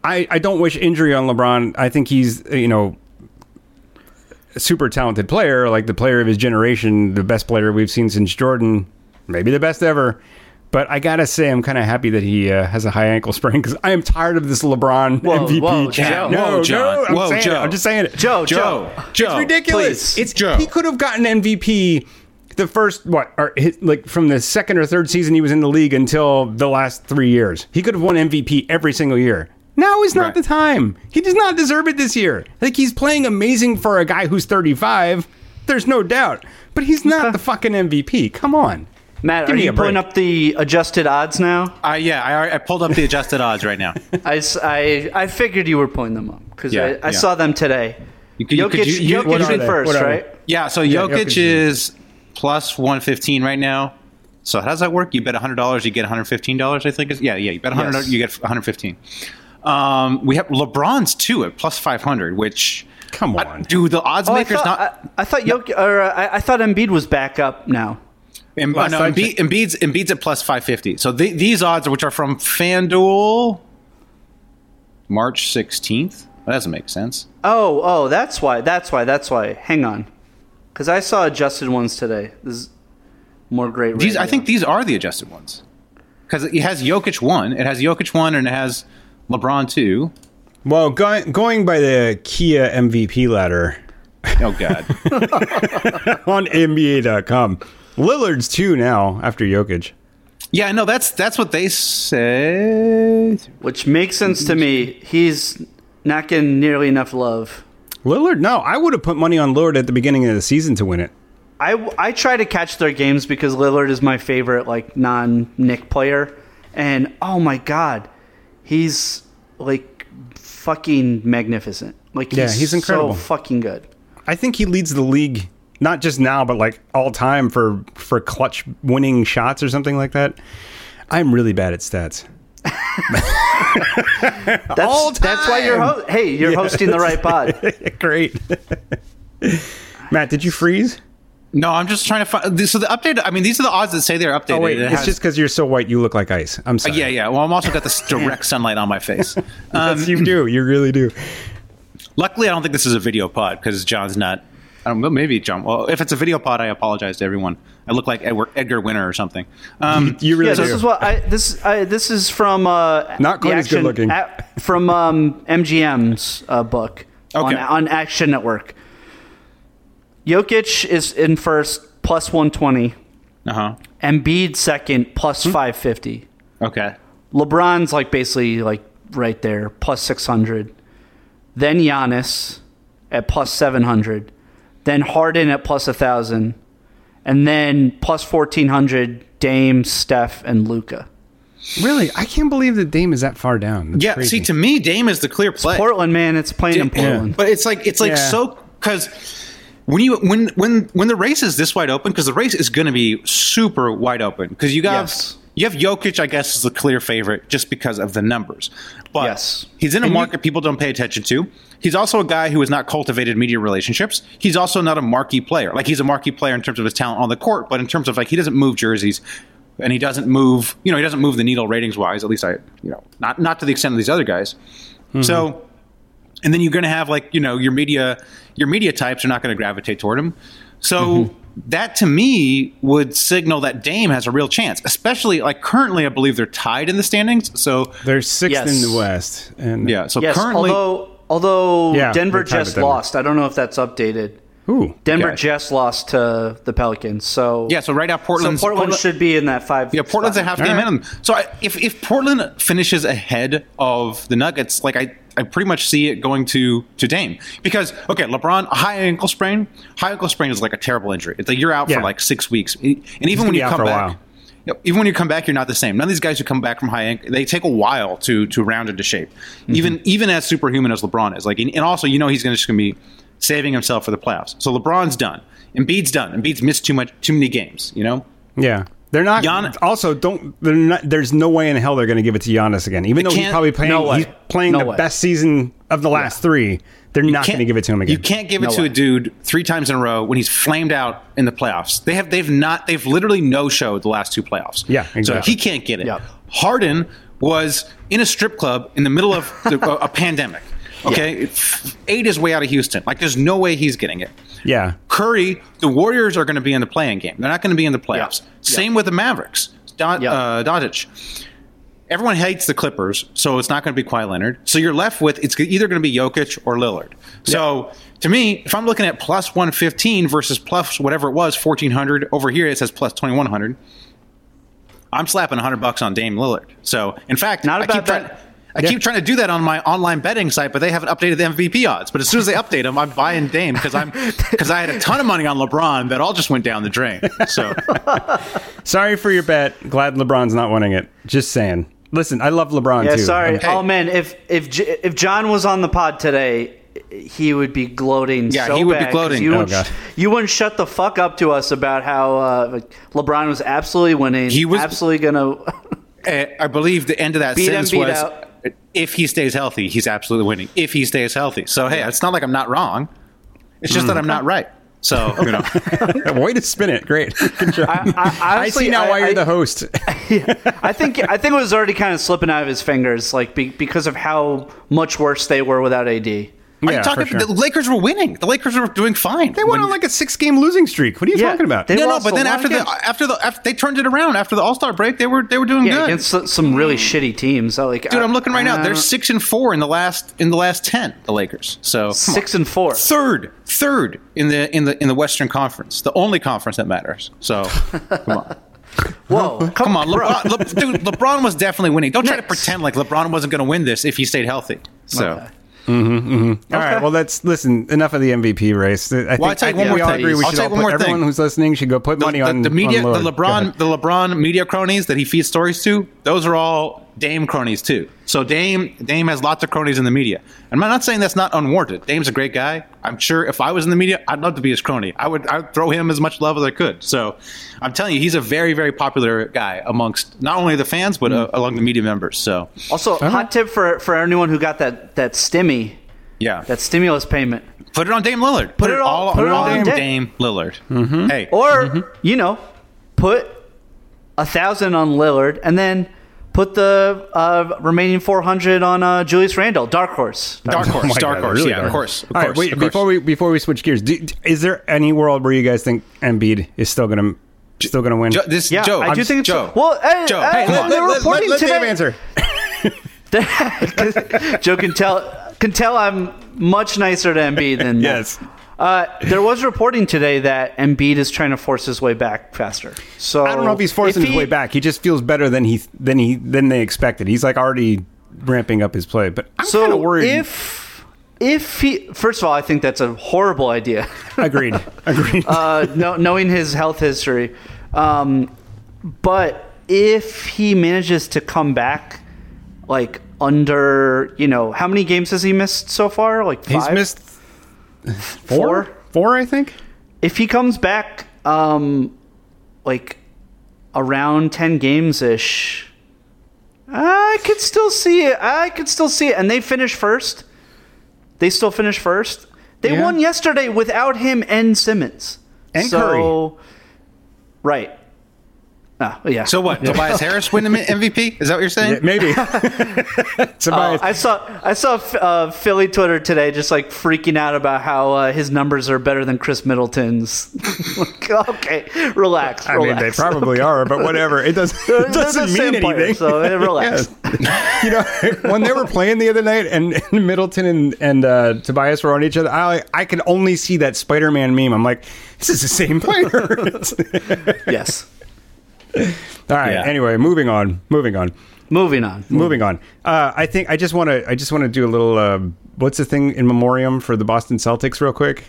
Speaker 2: I, I don't wish injury on LeBron. I think he's, you know, a super talented player, like the player of his generation, the best player we've seen since Jordan, maybe the best ever. But I gotta say, I'm kind of happy that he uh, has a high ankle sprain because I am tired of this LeBron
Speaker 7: Whoa,
Speaker 2: MVP.
Speaker 7: whoa,
Speaker 2: chat.
Speaker 7: Joe.
Speaker 2: No,
Speaker 1: Whoa, John.
Speaker 2: no, I'm
Speaker 1: Whoa,
Speaker 2: saying it.
Speaker 1: Joe.
Speaker 2: I'm just saying it.
Speaker 7: Joe,
Speaker 1: Joe.
Speaker 7: Joe.
Speaker 1: Joe.
Speaker 2: It's ridiculous.
Speaker 7: please.
Speaker 2: It's
Speaker 1: Joe.
Speaker 2: he could have gotten MVP the first what or his, like from the second or third season he was in the league until the last three years. He could have won MVP every single year. Now is not
Speaker 1: Right.
Speaker 2: the time. He does not deserve it this year. Like he's playing amazing for a guy who's 35. There's no doubt, but he's not the fucking MVP. Come on,
Speaker 7: Matt,
Speaker 2: Give
Speaker 7: are
Speaker 2: me
Speaker 7: you
Speaker 2: a break.
Speaker 7: pulling up the adjusted odds now?
Speaker 1: Uh, yeah, I, already- I pulled up the adjusted odds right now.
Speaker 7: I, s- I- I figured you were pulling them up because
Speaker 1: Yeah,
Speaker 7: I, I
Speaker 1: yeah.
Speaker 7: saw them today.
Speaker 1: You could- you
Speaker 7: Jokic,
Speaker 1: could- you- you-
Speaker 2: what
Speaker 7: Jokic
Speaker 2: are
Speaker 7: in
Speaker 2: they?
Speaker 7: first,
Speaker 2: What are
Speaker 7: right?
Speaker 1: Yeah. So
Speaker 2: Jokic is-
Speaker 1: Jokic is plus one fifteen right now. So how does that work? You bet hundred dollars, you get one hundred fifteen dollars. I think. Is, yeah, yeah. You bet hundred, dollars
Speaker 7: Yes.
Speaker 1: you get one hundred fifteen. Um, we have LeBron's two at plus five hundred, which
Speaker 2: Come
Speaker 1: I-
Speaker 2: on.
Speaker 1: dude. The odds
Speaker 7: Oh, I
Speaker 1: makers
Speaker 7: thought,
Speaker 1: not.
Speaker 7: I, I thought Jokic, or uh, I, I thought Embiid was back up now.
Speaker 1: Em- uh,
Speaker 2: Last
Speaker 1: no,
Speaker 2: time
Speaker 1: Embiid, Embiid's, Embiid's at plus 550. So the, these odds, which are from FanDuel, March 16th. That doesn't make sense.
Speaker 7: Oh, oh, that's why. That's why. That's why. Hang on, because I saw adjusted ones today. This is more great.
Speaker 1: These, I
Speaker 7: radio.
Speaker 1: think these are the adjusted ones. Because it has Jokic 1. It has Jokic 1 and it has LeBron 2.
Speaker 2: Well, going going by the Kia MVP ladder
Speaker 1: Oh, God.
Speaker 2: on NBA.com, Lillard's two now after Jokic.
Speaker 1: yeah, no, that's that's what they say.
Speaker 7: which makes sense to me. He's not getting nearly enough love.
Speaker 2: Lillard? No, I would have put money on Lillard at the beginning of the season to win it.
Speaker 7: I, I try to catch their games because Lillard is my favorite like non Nick player, and oh my god, he's like fucking magnificent. Like he's
Speaker 2: Yeah, he's incredible.
Speaker 7: so fucking good.
Speaker 2: I think he leads the league not just now but like all time for for clutch winning shots or something like that. I'm really bad at stats.
Speaker 7: That's that's why you're ho- hey you're hosting the right pod.
Speaker 2: Great. Matt, did you freeze?
Speaker 1: No, I'm just trying to find. So the updated, I mean, these are the odds that say they're updated.
Speaker 2: Oh wait,
Speaker 1: It
Speaker 2: it's
Speaker 1: has-
Speaker 2: just because you're so white you look like ice. I'm sorry.
Speaker 1: Yeah, yeah. Well, I'm also got this direct sunlight on my face. Um,
Speaker 2: Yes, you do. You really do.
Speaker 1: Luckily, I don't think this is a video pod because John's not. I don't know. Maybe John. Well, if it's a video pod, I apologize to everyone. I look like Edward, Edgar Winter or something. Um,
Speaker 2: You really
Speaker 7: Yeah,
Speaker 2: do.
Speaker 7: this is what I this I, this is from uh,
Speaker 2: Not
Speaker 7: the
Speaker 2: quite as
Speaker 7: action,
Speaker 2: good-looking.
Speaker 7: at- from um, MGM's uh, book on,
Speaker 1: Okay.
Speaker 7: on Action Network. Jokic is in first plus one twenty.
Speaker 1: uh huh.
Speaker 7: Embiid second plus
Speaker 2: Hmm?
Speaker 7: 550.
Speaker 1: Okay.
Speaker 7: LeBron's like basically like right there plus 600. Then Giannis, at plus 700, then Harden at plus 1,000, and then plus 1,400 Dame, Steph, and Luca.
Speaker 2: Really, I can't believe that Dame is that far down. That's
Speaker 1: Yeah,
Speaker 2: crazy.
Speaker 1: see, to me, Dame is the clear play.
Speaker 7: Portland, man, it's playing in Portland.
Speaker 1: But it's like it's like
Speaker 2: Yeah.
Speaker 1: so because when you when when when the race is this wide open because the race is going to be super wide open because you got
Speaker 7: Yes.
Speaker 1: you have Jokic I guess is the clear favorite just because of the numbers. But
Speaker 7: Yes.
Speaker 1: he's in a market people don't pay attention to. He's also a guy who has not cultivated media relationships. He's also not a marquee player. Like he's a marquee player in terms of his talent on the court, but in terms of like he doesn't move jerseys. And he doesn't move, you know, he doesn't move the needle ratings wise. At least I, you know, not not to the extent of these other guys.
Speaker 7: Mm-hmm.
Speaker 1: So and then you're going to have like you know your media your media types are not going to gravitate toward him so
Speaker 7: Mm-hmm.
Speaker 1: that to me would signal that dame has a real chance especially like currently i believe they're tied in the standings so
Speaker 2: they're sixth
Speaker 7: Yes.
Speaker 2: in the West, and
Speaker 1: yeah so
Speaker 7: yes,
Speaker 1: currently
Speaker 7: although although
Speaker 2: Yeah,
Speaker 7: Denver
Speaker 2: they're tied with
Speaker 7: just
Speaker 2: Denver.
Speaker 7: lost. I don't know if that's updated.
Speaker 2: ooh,
Speaker 7: Denver
Speaker 1: Okay.
Speaker 7: just lost to the Pelicans. So
Speaker 1: yeah so right now
Speaker 7: so Portland
Speaker 1: portland's Portland-
Speaker 7: should be in that five.
Speaker 1: yeah, Portland's a
Speaker 7: spot.
Speaker 1: half game in. So I, if if Portland finishes ahead of the Nuggets, like I, I pretty much see it going to to Dame because okay, LeBron a high ankle sprain, high ankle sprain is like a terrible injury. It's like you're out
Speaker 2: Yeah.
Speaker 1: for like six weeks, and even
Speaker 2: gonna
Speaker 1: when
Speaker 2: be
Speaker 1: you
Speaker 2: out
Speaker 1: come
Speaker 2: for a
Speaker 1: back,
Speaker 2: while.
Speaker 1: Yep. Even when you come back, you're not the same. None of these guys who come back from high ankle, they take a while to to round into shape.
Speaker 2: Mm-hmm.
Speaker 1: Even even as superhuman as LeBron is, like, and, and also you know he's gonna, just going to be saving himself for the playoffs. So LeBron's done, Embiid's done, Embiid's missed too much, too many games. You know,
Speaker 2: yeah. They're not.
Speaker 1: Gian-
Speaker 2: also, don't. They're not. There's no way in hell they're going to give it to Giannis again. Even though he's
Speaker 1: can't-
Speaker 2: probably playing.
Speaker 7: no way.
Speaker 2: he's playing
Speaker 7: No
Speaker 2: the
Speaker 7: way.
Speaker 2: best season of the last three. They're not going to
Speaker 1: can't-
Speaker 2: give it to him again.
Speaker 1: You can't give it
Speaker 7: No
Speaker 1: to
Speaker 7: way.
Speaker 1: a dude three times in a row when he's flamed out in the playoffs. They have they've not they've literally no showed the last two playoffs.
Speaker 2: Yeah,
Speaker 1: So
Speaker 2: exactly.
Speaker 1: he can't get it.
Speaker 7: Yep.
Speaker 1: Harden was in a strip club in the middle of the, a, a pandemic. Okay, eight is way out of Houston. Like there's no way he's getting it.
Speaker 2: Yeah.
Speaker 1: Curry, the Warriors are going to be in the playing game. They're not going to be in the playoffs. Same with the Mavericks. Don,
Speaker 7: Yeah.
Speaker 1: uh, Doncic. Everyone hates the Clippers, so it's not going to be Kawhi Leonard. So you're left with it's either going to be Jokic or Lillard. So to me, if I'm looking at plus 115 versus plus whatever it was, 1400 over here, it says plus 2100. I'm slapping 100 bucks on Dame Lillard. So in fact,
Speaker 7: Not
Speaker 1: I
Speaker 7: a
Speaker 1: keep
Speaker 7: bad bet.
Speaker 1: trying. I keep trying to do that on my online betting site, but they haven't updated the MVP odds. But as soon as they update them, I'm buying Dame because I'm because I had a ton of money on LeBron that all just went down the drain. So
Speaker 2: Sorry for your bet. Glad LeBron's not winning it. Just saying. Listen, I love LeBron
Speaker 7: Yeah,
Speaker 2: too.
Speaker 7: sorry.
Speaker 1: Hey.
Speaker 7: Oh man, if if J- if John was on the pod today, he would be gloating.
Speaker 1: Yeah,
Speaker 7: so
Speaker 1: he would be
Speaker 7: bad 'cause
Speaker 1: gloating.
Speaker 7: You,
Speaker 1: Oh,
Speaker 7: wouldn't,
Speaker 2: God.
Speaker 7: you wouldn't shut the fuck up to us about how uh, LeBron was absolutely winning.
Speaker 1: He was-
Speaker 7: absolutely gonna.
Speaker 1: eh, I believe the end of that
Speaker 7: Beat him,
Speaker 1: sentence
Speaker 7: beat
Speaker 1: was
Speaker 7: out.
Speaker 1: if he stays healthy, he's absolutely winning. If he stays healthy, so hey, it's not like I'm not wrong. It's just that I'm not right. So you know,
Speaker 2: Way to spin it. Great. Good job. I,
Speaker 7: I, honestly-
Speaker 2: see now
Speaker 7: I-
Speaker 2: why you're
Speaker 7: I-
Speaker 2: the host.
Speaker 7: I think I think it was already kind of slipping out of his fingers, like be, because of how much worse they were without AD.
Speaker 1: are you
Speaker 2: Yeah,
Speaker 1: talking?
Speaker 2: for sure.
Speaker 1: The Lakers were winning. The Lakers were doing fine.
Speaker 2: they went
Speaker 1: When-
Speaker 2: on like a six-game losing streak. What are you
Speaker 7: Yeah,
Speaker 2: talking about?
Speaker 7: they
Speaker 1: no, no,
Speaker 7: lost
Speaker 1: but
Speaker 7: a
Speaker 1: then
Speaker 7: lot
Speaker 1: after
Speaker 7: of
Speaker 1: the,
Speaker 7: games.
Speaker 1: after the after they turned it around after the All Star break, they were they were doing
Speaker 7: Yeah,
Speaker 1: good
Speaker 7: against so- some really shitty teams. I, like, uh,
Speaker 1: Dude,
Speaker 7: I-
Speaker 1: I'm looking right now.
Speaker 7: I
Speaker 1: They're
Speaker 7: don't-
Speaker 1: six and four in the last in the last ten. The Lakers. So come
Speaker 7: six
Speaker 1: on.
Speaker 7: and four.
Speaker 1: third, third in the in the in the Western Conference, the only conference that matters. So come on,
Speaker 7: Whoa, come,
Speaker 1: come on,
Speaker 7: bro.
Speaker 1: LeBron, Le, dude. LeBron was definitely winning. Don't try to
Speaker 7: Next.
Speaker 1: pretend like LeBron wasn't going to win this if he stayed healthy. So
Speaker 7: Okay.
Speaker 2: All right. Well, let's listen. Enough of the MVP race. I think,
Speaker 1: I'll tell you
Speaker 2: I think
Speaker 1: one
Speaker 2: we
Speaker 1: more
Speaker 2: all
Speaker 1: thing.
Speaker 2: agree. We
Speaker 1: I'll
Speaker 2: should
Speaker 1: tell
Speaker 2: all
Speaker 1: you one
Speaker 2: put-
Speaker 1: more thing.
Speaker 2: everyone who's listening should go put
Speaker 1: the,
Speaker 2: money
Speaker 1: the-
Speaker 2: on
Speaker 1: the media,
Speaker 2: on Lillard.
Speaker 1: the
Speaker 2: Go ahead.
Speaker 1: LeBron, the LeBron media cronies that he feeds stories to. Those are all Dame cronies too. So Dame, Dame has lots of cronies in the media. And I'm not saying that's not unwarranted. Dame's a great guy. I'm sure if I was in the media, I'd love to be his crony. I would, I would throw him as much love as I could. So I'm telling you, he's a very, very popular guy amongst not only the fans
Speaker 2: Mm.
Speaker 1: but uh, along the media members. So
Speaker 7: Also, hot tip for for anyone who got that that stimmy,
Speaker 1: yeah,
Speaker 7: that stimulus payment,
Speaker 1: put it on Dame Lillard. Put,
Speaker 7: it
Speaker 1: it
Speaker 7: all-
Speaker 1: all,
Speaker 7: put it all
Speaker 1: on
Speaker 7: on
Speaker 1: Dame,
Speaker 7: Dame.
Speaker 1: Lillard.
Speaker 2: Mm-hmm.
Speaker 1: Hey,
Speaker 7: or you know, put a thousand on Lillard, and then put the uh, remaining four hundred on uh, Julius Randle, dark horse.
Speaker 1: dark
Speaker 2: Oh
Speaker 1: horse,
Speaker 2: my
Speaker 1: dark
Speaker 2: God,
Speaker 1: horse.
Speaker 2: really
Speaker 1: yeah,
Speaker 2: dark.
Speaker 1: of course. Of
Speaker 2: All right,
Speaker 1: course,
Speaker 2: wait,
Speaker 1: of course.
Speaker 2: before we before we switch gears, do, is there any world where you guys think Embiid is still gonna still gonna win?
Speaker 1: Jo- this
Speaker 7: Yeah,
Speaker 1: Joe.
Speaker 7: I do
Speaker 1: I'm-
Speaker 7: think it's-
Speaker 1: Joe.
Speaker 7: well, hey,
Speaker 1: Joe,
Speaker 7: hey, let-
Speaker 1: come on.
Speaker 7: let- they're let- reporting let- let today.
Speaker 2: Dave answer.
Speaker 7: Joe can tell can tell I'm much nicer to Embiid than
Speaker 2: Yes.
Speaker 7: Uh, there was reporting today that Embiid is trying to force his way back faster. So
Speaker 2: I don't know if
Speaker 1: Oh.
Speaker 2: he's forcing
Speaker 7: if
Speaker 2: his way
Speaker 7: he-
Speaker 2: back. He just feels better than he than he than they expected. He's like already ramping up his play. But I'm kind
Speaker 7: So
Speaker 2: of worried.
Speaker 7: if If he, first of all, I think that's a horrible idea.
Speaker 2: Agreed. Agreed.
Speaker 7: uh, no, knowing his health history. Um, but if he manages to come back, like under, you know, how many games has he missed so far? Like five,
Speaker 2: He's missed
Speaker 7: four?
Speaker 2: four, four, I think.
Speaker 7: If he comes back, um, like around ten games ish, I could still see it. I could still see it. And they finish first. They still finish first. They
Speaker 2: Yeah.
Speaker 7: won yesterday without him and Simmons
Speaker 2: And
Speaker 7: so, Right. Ah, yeah.
Speaker 1: So what? Tobias Harris win the MVP? Is that what you're saying?
Speaker 2: Yeah, maybe. it's
Speaker 7: Uh,
Speaker 2: about
Speaker 7: I saw I saw uh, Philly Twitter today just like freaking out about how uh, his numbers are better than Chris Middleton's. Like, okay, relax.
Speaker 2: I mean, they
Speaker 7: relax.
Speaker 2: probably are, but whatever. It doesn't,
Speaker 7: They're-
Speaker 2: it
Speaker 7: they're the
Speaker 2: doesn't
Speaker 7: same
Speaker 2: mean
Speaker 7: player,
Speaker 2: anything.
Speaker 7: so eh, relax.
Speaker 2: Yes. you know, when they were playing the other night, and, and Middleton and, and uh, Tobias were on each other, I I could only see that Spider-Man meme. I'm like, this is the same player. It's-
Speaker 7: Yes.
Speaker 2: All right.
Speaker 1: Yeah.
Speaker 2: Anyway, moving on. Moving on.
Speaker 7: Moving on.
Speaker 2: Moving on. Uh, I think I just want to. I just want to do a little. Uh, what's the thing in memoriam for the Boston Celtics, real quick?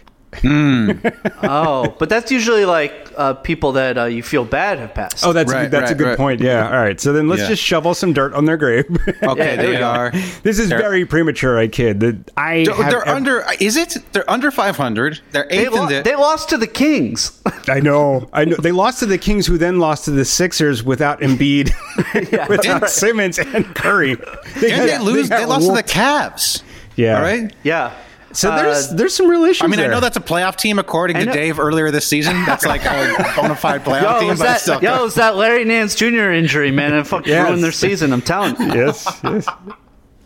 Speaker 7: Oh, but that's usually like uh, people that uh, you feel bad have passed.
Speaker 2: Oh, that's a
Speaker 1: Right,
Speaker 2: good- that's a
Speaker 1: right,
Speaker 2: good
Speaker 1: right.
Speaker 2: point. Yeah. All right. So then let's
Speaker 1: Yeah.
Speaker 2: just shovel some dirt on their grave.
Speaker 1: Okay,
Speaker 7: there
Speaker 1: there
Speaker 7: we
Speaker 1: they
Speaker 7: go.
Speaker 1: are.
Speaker 2: This is
Speaker 1: They're-
Speaker 2: very premature, I kid. That I
Speaker 1: They're,
Speaker 2: have
Speaker 1: they're
Speaker 2: ev-
Speaker 1: under. Is it? They're under 500. They're
Speaker 7: they,
Speaker 1: eighth
Speaker 7: lo-
Speaker 1: in the.
Speaker 7: they lost to the Kings.
Speaker 2: I know. I know. They lost to the Kings, who then lost to the Sixers without Embiid, without
Speaker 1: right.
Speaker 2: Simmons and Curry. They
Speaker 1: didn't they lose? They, lost to the Cavs.
Speaker 2: Yeah.
Speaker 1: All right.
Speaker 7: yeah.
Speaker 2: So there's
Speaker 7: Uh,
Speaker 2: there's some real issues.
Speaker 1: I mean, I
Speaker 2: there.
Speaker 1: know that's a playoff team according
Speaker 7: I
Speaker 1: to
Speaker 7: know-
Speaker 1: Dave earlier this season. That's like a bona fide playoff
Speaker 7: Yo,
Speaker 1: team,
Speaker 7: is
Speaker 1: but it's
Speaker 7: that,
Speaker 1: still-
Speaker 7: yo, is that Larry Nance Jr. injury, man? It fucking
Speaker 2: Yes.
Speaker 7: ruined their season, I'm telling you.
Speaker 2: yes, yes.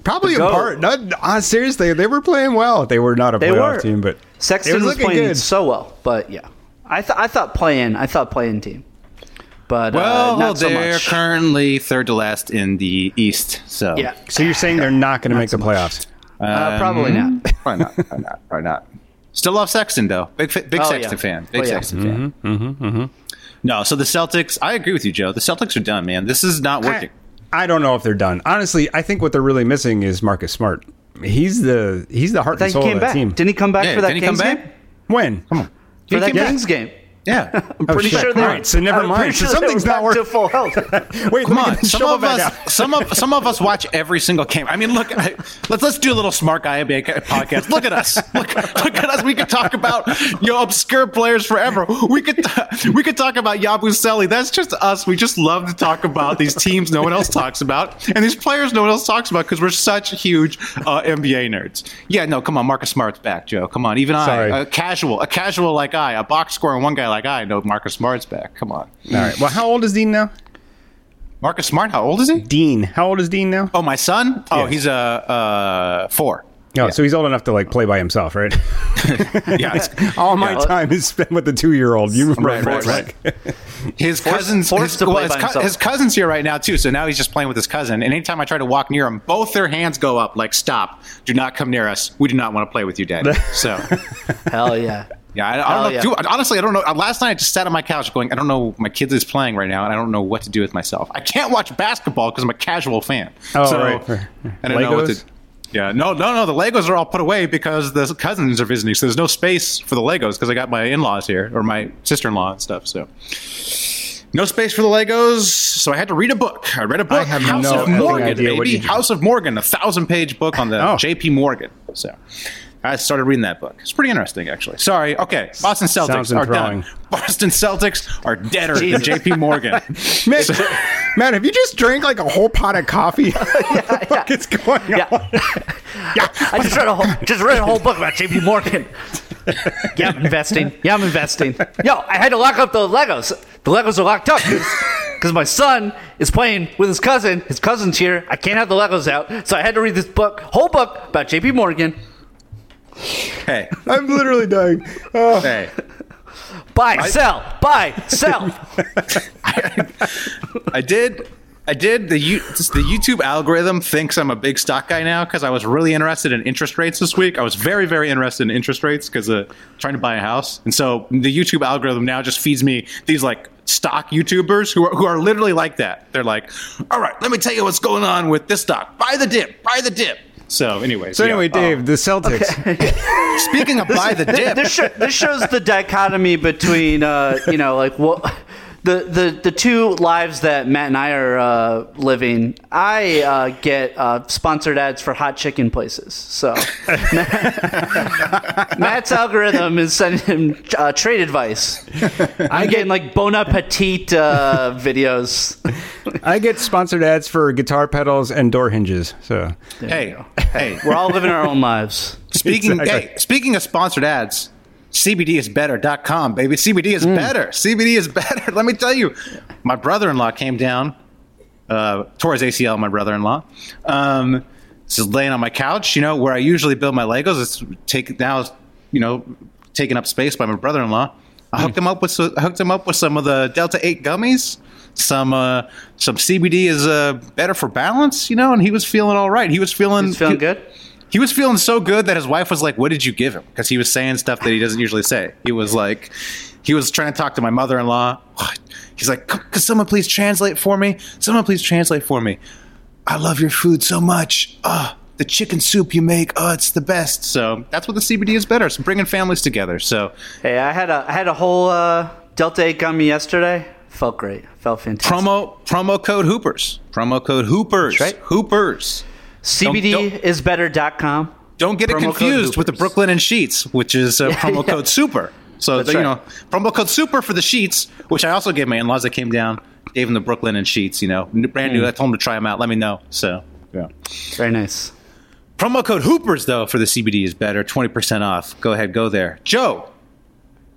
Speaker 2: Probably in
Speaker 7: Go.
Speaker 2: part. Not, uh, seriously, they were playing well. They were not a
Speaker 7: They
Speaker 2: playoff
Speaker 7: were.
Speaker 2: team, but
Speaker 7: Sexton
Speaker 2: it was
Speaker 7: was,
Speaker 2: looking
Speaker 7: playing
Speaker 2: good.
Speaker 7: so well, but yeah, I thought I thought play-in, I thought play-in team, but uh,
Speaker 1: Well,
Speaker 7: not so
Speaker 1: they're
Speaker 7: much.
Speaker 1: currently third to last in the East. So
Speaker 7: yeah,
Speaker 2: so you're saying they're not going to make the playoffs?
Speaker 7: uh, probably
Speaker 2: Um,
Speaker 7: not.
Speaker 1: probably not. Probably not. Probably not. Still love Sexton though. Big fa- big
Speaker 7: Oh,
Speaker 1: Sexton
Speaker 7: yeah.
Speaker 1: fan. Big
Speaker 7: Oh, yeah.
Speaker 1: Sexton fan. Mm-hmm, No, so the Celtics. I agree with you, Joe. The Celtics are done, man. This is not working.
Speaker 2: I, I don't know if they're done. Honestly, I think what they're really missing is Marcus Smart. He's the he's the heart
Speaker 7: Then
Speaker 2: and
Speaker 7: he
Speaker 2: soul
Speaker 7: came
Speaker 2: of that
Speaker 7: back.
Speaker 2: team.
Speaker 7: Didn't he come back
Speaker 1: Yeah,
Speaker 7: for that
Speaker 1: didn't he
Speaker 7: Kings
Speaker 1: come
Speaker 7: game?
Speaker 1: back?
Speaker 2: when? Come on.
Speaker 7: For that
Speaker 1: came back.
Speaker 7: Kings game.
Speaker 1: Yeah.
Speaker 2: Oh,
Speaker 7: Pretty
Speaker 2: shit.
Speaker 7: sure they
Speaker 2: All
Speaker 7: were-
Speaker 2: right, so never
Speaker 7: I'm
Speaker 2: mind.
Speaker 7: pretty
Speaker 2: So
Speaker 7: sure they
Speaker 2: something's
Speaker 7: were
Speaker 2: not
Speaker 7: back
Speaker 2: working.
Speaker 7: to full health.
Speaker 2: Wait, let
Speaker 1: Come
Speaker 2: me
Speaker 1: on,
Speaker 2: get the
Speaker 1: some
Speaker 2: shovel
Speaker 1: of
Speaker 2: back
Speaker 1: us,
Speaker 2: out.
Speaker 1: some of some of us watch every single game. I mean, look, I, let's let's do a little smart guy NBA podcast. Look at us, look, look at us. We could talk about you know, obscure players forever. We could we could talk about Yabusele. That's just us. We just love to talk about these teams no one else talks about and these players no one else talks about because we're such huge uh, NBA nerds. Yeah, no, come on, Marcus Smart's back, Joe. Come on, even
Speaker 2: Sorry.
Speaker 1: I, a casual, a casual like I, a box score and one guy like I know Marcus Smart's back. Come on,
Speaker 2: All right. Well, how old is Dean now?
Speaker 1: Marcus Smart. How old is he?
Speaker 2: Dean. How old is Dean now?
Speaker 1: Oh, my son? Oh,
Speaker 2: Yeah.
Speaker 1: he's a uh, uh, four.
Speaker 2: No, so he's old enough to like play by himself, right?
Speaker 1: Yeah, it's-
Speaker 2: All my time is spent with the two-year-old. You remember?
Speaker 1: Right, right,
Speaker 2: right.
Speaker 1: his cousins.
Speaker 7: forced
Speaker 1: his,
Speaker 7: to play
Speaker 1: his,
Speaker 7: by himself.
Speaker 1: his cousin's here right now too, so now he's just playing with his cousin. And anytime I try to walk near him, both their hands go up, like "Stop! Do not come near us. We do not want to play with you, Daddy." So,
Speaker 7: Hell yeah.
Speaker 1: yeah, I, I
Speaker 7: Hell
Speaker 1: don't know.
Speaker 7: yeah.
Speaker 1: dude, honestly, I don't know. Last night I just sat on my couch going, "I don't know. My kid is playing right now, and I don't know what to do with myself. I can't watch basketball because I'm a casual fan.
Speaker 2: Oh,
Speaker 1: so,
Speaker 2: right.
Speaker 1: I don't know what
Speaker 2: Legos?
Speaker 1: to." Yeah, no, no, no. The Legos are all put away because the cousins are visiting, so there's no space for the Legos because I got my in-laws here or my sister-in-law and stuff. So no space for the Legos, so I had to read a book. I read a book,
Speaker 2: I have
Speaker 1: House
Speaker 2: no
Speaker 1: of
Speaker 2: effing
Speaker 1: Morgan,
Speaker 2: idea what
Speaker 1: baby,
Speaker 2: you do.
Speaker 1: House of Morgan, a thousand-page book on the
Speaker 2: Oh.
Speaker 1: J.P. Morgan. So I started reading that book. It's pretty interesting, actually. Sorry. Okay, Boston
Speaker 2: Sounds
Speaker 1: Celtics are
Speaker 2: enthralling.
Speaker 1: done. Boston Celtics are deader
Speaker 7: Jesus.
Speaker 1: than J.P. Morgan.
Speaker 2: Matt, Matt, have you just drank like a whole pot of coffee? what the fuck
Speaker 7: yeah.
Speaker 2: is going
Speaker 7: Yeah.
Speaker 2: on?
Speaker 7: I just read a whole, just read a whole book about JP Morgan. yeah, I'm investing. Yeah, I'm investing. Yo, I had to lock up the Legos. The Legos are locked up because my son is playing with his cousin. His cousin's here. I can't have the Legos out, so I had to read this book, whole book about JP Morgan.
Speaker 1: hey,
Speaker 2: I'm literally dying. Oh,
Speaker 1: hey.
Speaker 7: Buy, sell, buy, sell.
Speaker 1: I did. I did the you the YouTube algorithm thinks I'm a big stock guy now because I was really interested in interest rates this week. I was very very interested in interest rates because uh, trying to buy a house, and so the YouTube algorithm now just feeds me these like stock YouTubers who are who are literally like that. They're like, all right, let me tell you what's going on with this stock. Buy the dip, buy the dip. So, anyways.
Speaker 2: So
Speaker 1: yeah.
Speaker 2: anyway, Dave, the Celtics.
Speaker 1: Oh, speaking of buy the dip,
Speaker 7: this, sho- this shows the dichotomy between uh, you know like what the, the the two lives that Matt and I are uh, living. I uh, get uh, sponsored ads for hot chicken places, so Matt's algorithm is sending him uh, trade advice. I'm getting like Bon Appetit uh, videos.
Speaker 2: I get sponsored ads for guitar pedals and door hinges. So
Speaker 1: hey, hey.
Speaker 7: We're all living our own lives.
Speaker 1: Speaking
Speaker 2: Exactly.
Speaker 1: hey, speaking of sponsored ads, cbdisbetter.com, baby. CBD is better. CBD is better. Let me tell you, my brother-in-law came down, uh, tore his ACL, my brother-in-law. Um, just laying on my couch, you know, where I usually build my Legos. It's take now, it's, you know, taking up space by my brother-in-law. I hooked him up with so- I hooked him up with some of the Delta Eight gummies. Some uh, some CBD is uh, better for balance, you know, and he was feeling all right. He was feeling
Speaker 7: It's feeling
Speaker 1: he-
Speaker 7: good.
Speaker 1: he was feeling so good that his wife was like, "What did you give him?" Because he was saying stuff that he doesn't usually say. He was like, he was trying to talk to my mother-in-law. He's like, "C- "Could someone please translate for me? Someone please translate for me. I love your food so much. Ah, the chicken soup you make. Oh, it's the best." So that's what the CBD is better. It's bringing families together. So
Speaker 7: Hey, I had a I had a whole uh, Delta Eight gummy yesterday. Felt great. Felt fantastic.
Speaker 1: promo promo code Hoopers. Promo code Hoopers.
Speaker 7: That's right.
Speaker 1: Hoopers.
Speaker 7: CBDisbetter.com.
Speaker 1: Don't get it
Speaker 7: Promo code
Speaker 1: confused with the
Speaker 7: Hoopers.
Speaker 1: Brooklyn and Sheets, which is uh, promo
Speaker 7: yeah.
Speaker 1: code Super. So
Speaker 7: That's
Speaker 1: you
Speaker 7: right.
Speaker 1: know, promo code Super for the sheets, which I also gave my in-laws that came down, gave them the Brooklyn and Sheets. You know, n- brand
Speaker 7: Mm.
Speaker 1: new. I told them to try them out. Let me know. So yeah,
Speaker 7: Very nice.
Speaker 1: promo code Hoopers though for the CBD is better, twenty percent off. Go ahead, go there, Joe.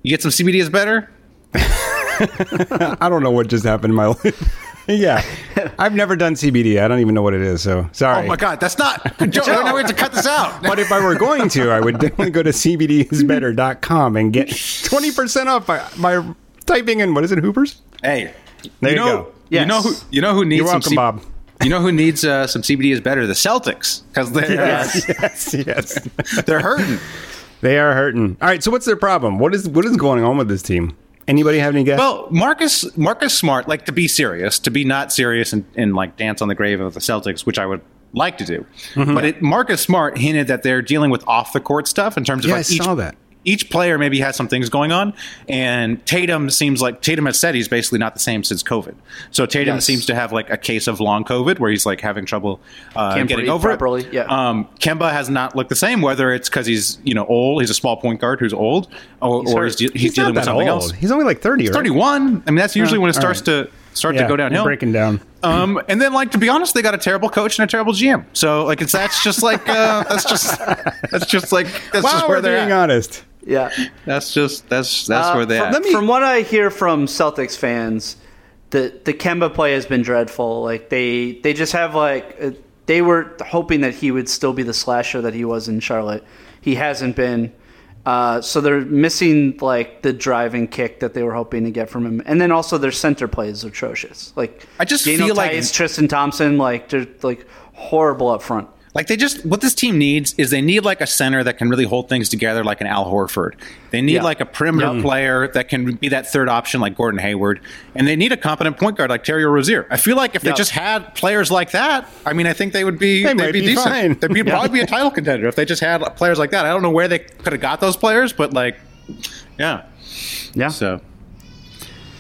Speaker 1: You get some CBD is better.
Speaker 2: I don't know what just happened in my life. yeah, I've never done CBD. I don't even know what it is. So sorry.
Speaker 1: Oh my God, that's not Joe. Now we have to cut this out.
Speaker 2: But if I were going to, I would definitely go to cbdisbetter.com and get 20% off by, by typing in, what is it, Hoopers?
Speaker 1: Hey,
Speaker 2: There you
Speaker 1: know,
Speaker 2: go.
Speaker 1: You know who
Speaker 7: Yes.
Speaker 1: you know who needs
Speaker 2: You're
Speaker 1: some
Speaker 2: welcome,
Speaker 1: C-
Speaker 2: Bob.
Speaker 1: You know who needs uh, some CBD is better? The Celtics because they're
Speaker 2: Yes, yes, yes.
Speaker 1: they're hurting.
Speaker 2: they are hurting. All right, so what's their problem? What is what is going on with this team? Anybody have any guess?
Speaker 1: Well, Marcus Marcus Smart, like to be serious, to be not serious and, and like dance on the grave of the Celtics, which I would like to do. But it, Marcus Smart hinted that they're dealing with off the court stuff in terms of
Speaker 2: Yeah,
Speaker 1: like
Speaker 2: I saw that.
Speaker 1: each player maybe has some things going on, and Tatum seems like Tatum has said he's basically not the same since COVID. So Tatum
Speaker 7: Yes.
Speaker 1: seems to have like a case of long COVID where he's like having trouble uh,
Speaker 7: Can't
Speaker 1: getting
Speaker 7: breathe
Speaker 1: over
Speaker 7: properly,
Speaker 1: it.
Speaker 7: yeah.
Speaker 1: Um, Kemba has not looked the same. Whether it's because he's you know old, he's a small point guard who's old, or he's, or
Speaker 7: hurt.
Speaker 1: he's, de- he's,
Speaker 2: He's
Speaker 1: dealing
Speaker 2: not
Speaker 1: with
Speaker 2: that
Speaker 1: something
Speaker 2: old.
Speaker 1: else.
Speaker 2: He's only like 30, right? Uh,
Speaker 1: 31. I mean, that's usually when it
Speaker 2: all
Speaker 1: starts to start to
Speaker 2: Yeah,
Speaker 1: go
Speaker 2: they're
Speaker 1: downhill.
Speaker 2: Breaking down.
Speaker 1: Um, and then like to be honest, they got a terrible coach and a terrible GM. So like it's that's just like uh, that's just that's just like that's
Speaker 2: Wow,
Speaker 1: just
Speaker 2: we're uh,
Speaker 1: where they're
Speaker 2: being
Speaker 1: at.
Speaker 2: honest.
Speaker 7: Yeah.
Speaker 1: That's just that's that's
Speaker 7: Uh,
Speaker 1: where they're
Speaker 7: from,
Speaker 1: at.
Speaker 7: from what I hear from Celtics fans, the the Kemba play has been dreadful. Like they they just have like uh, they were hoping that he would still be the slasher that he was in Charlotte. He hasn't been. Uh, so they're missing like the driving kick that they were hoping to get from him, and then also their center play is atrocious. Like
Speaker 1: I just
Speaker 7: Daniel
Speaker 1: feel like-
Speaker 7: Theis, Tristan Thompson, like they're like horrible up front.
Speaker 1: Like they just what this team needs is they need like a center that can really hold things together, like an Al Horford. They need
Speaker 7: Yeah.
Speaker 1: like a perimeter player that can be that third option, like Gordon Hayward, and they need a competent point guard like Terry Rozier. I feel like if
Speaker 7: Yeah.
Speaker 1: they just had players like that, I mean, I think they would be
Speaker 2: They
Speaker 1: they
Speaker 2: might
Speaker 1: would be,
Speaker 2: be
Speaker 1: decent.
Speaker 2: fine.
Speaker 1: They'd be,
Speaker 2: Yeah.
Speaker 1: probably be a title contender if they just had players like that. I don't know where they could have got those players, but like, yeah,
Speaker 7: Yeah.
Speaker 1: so.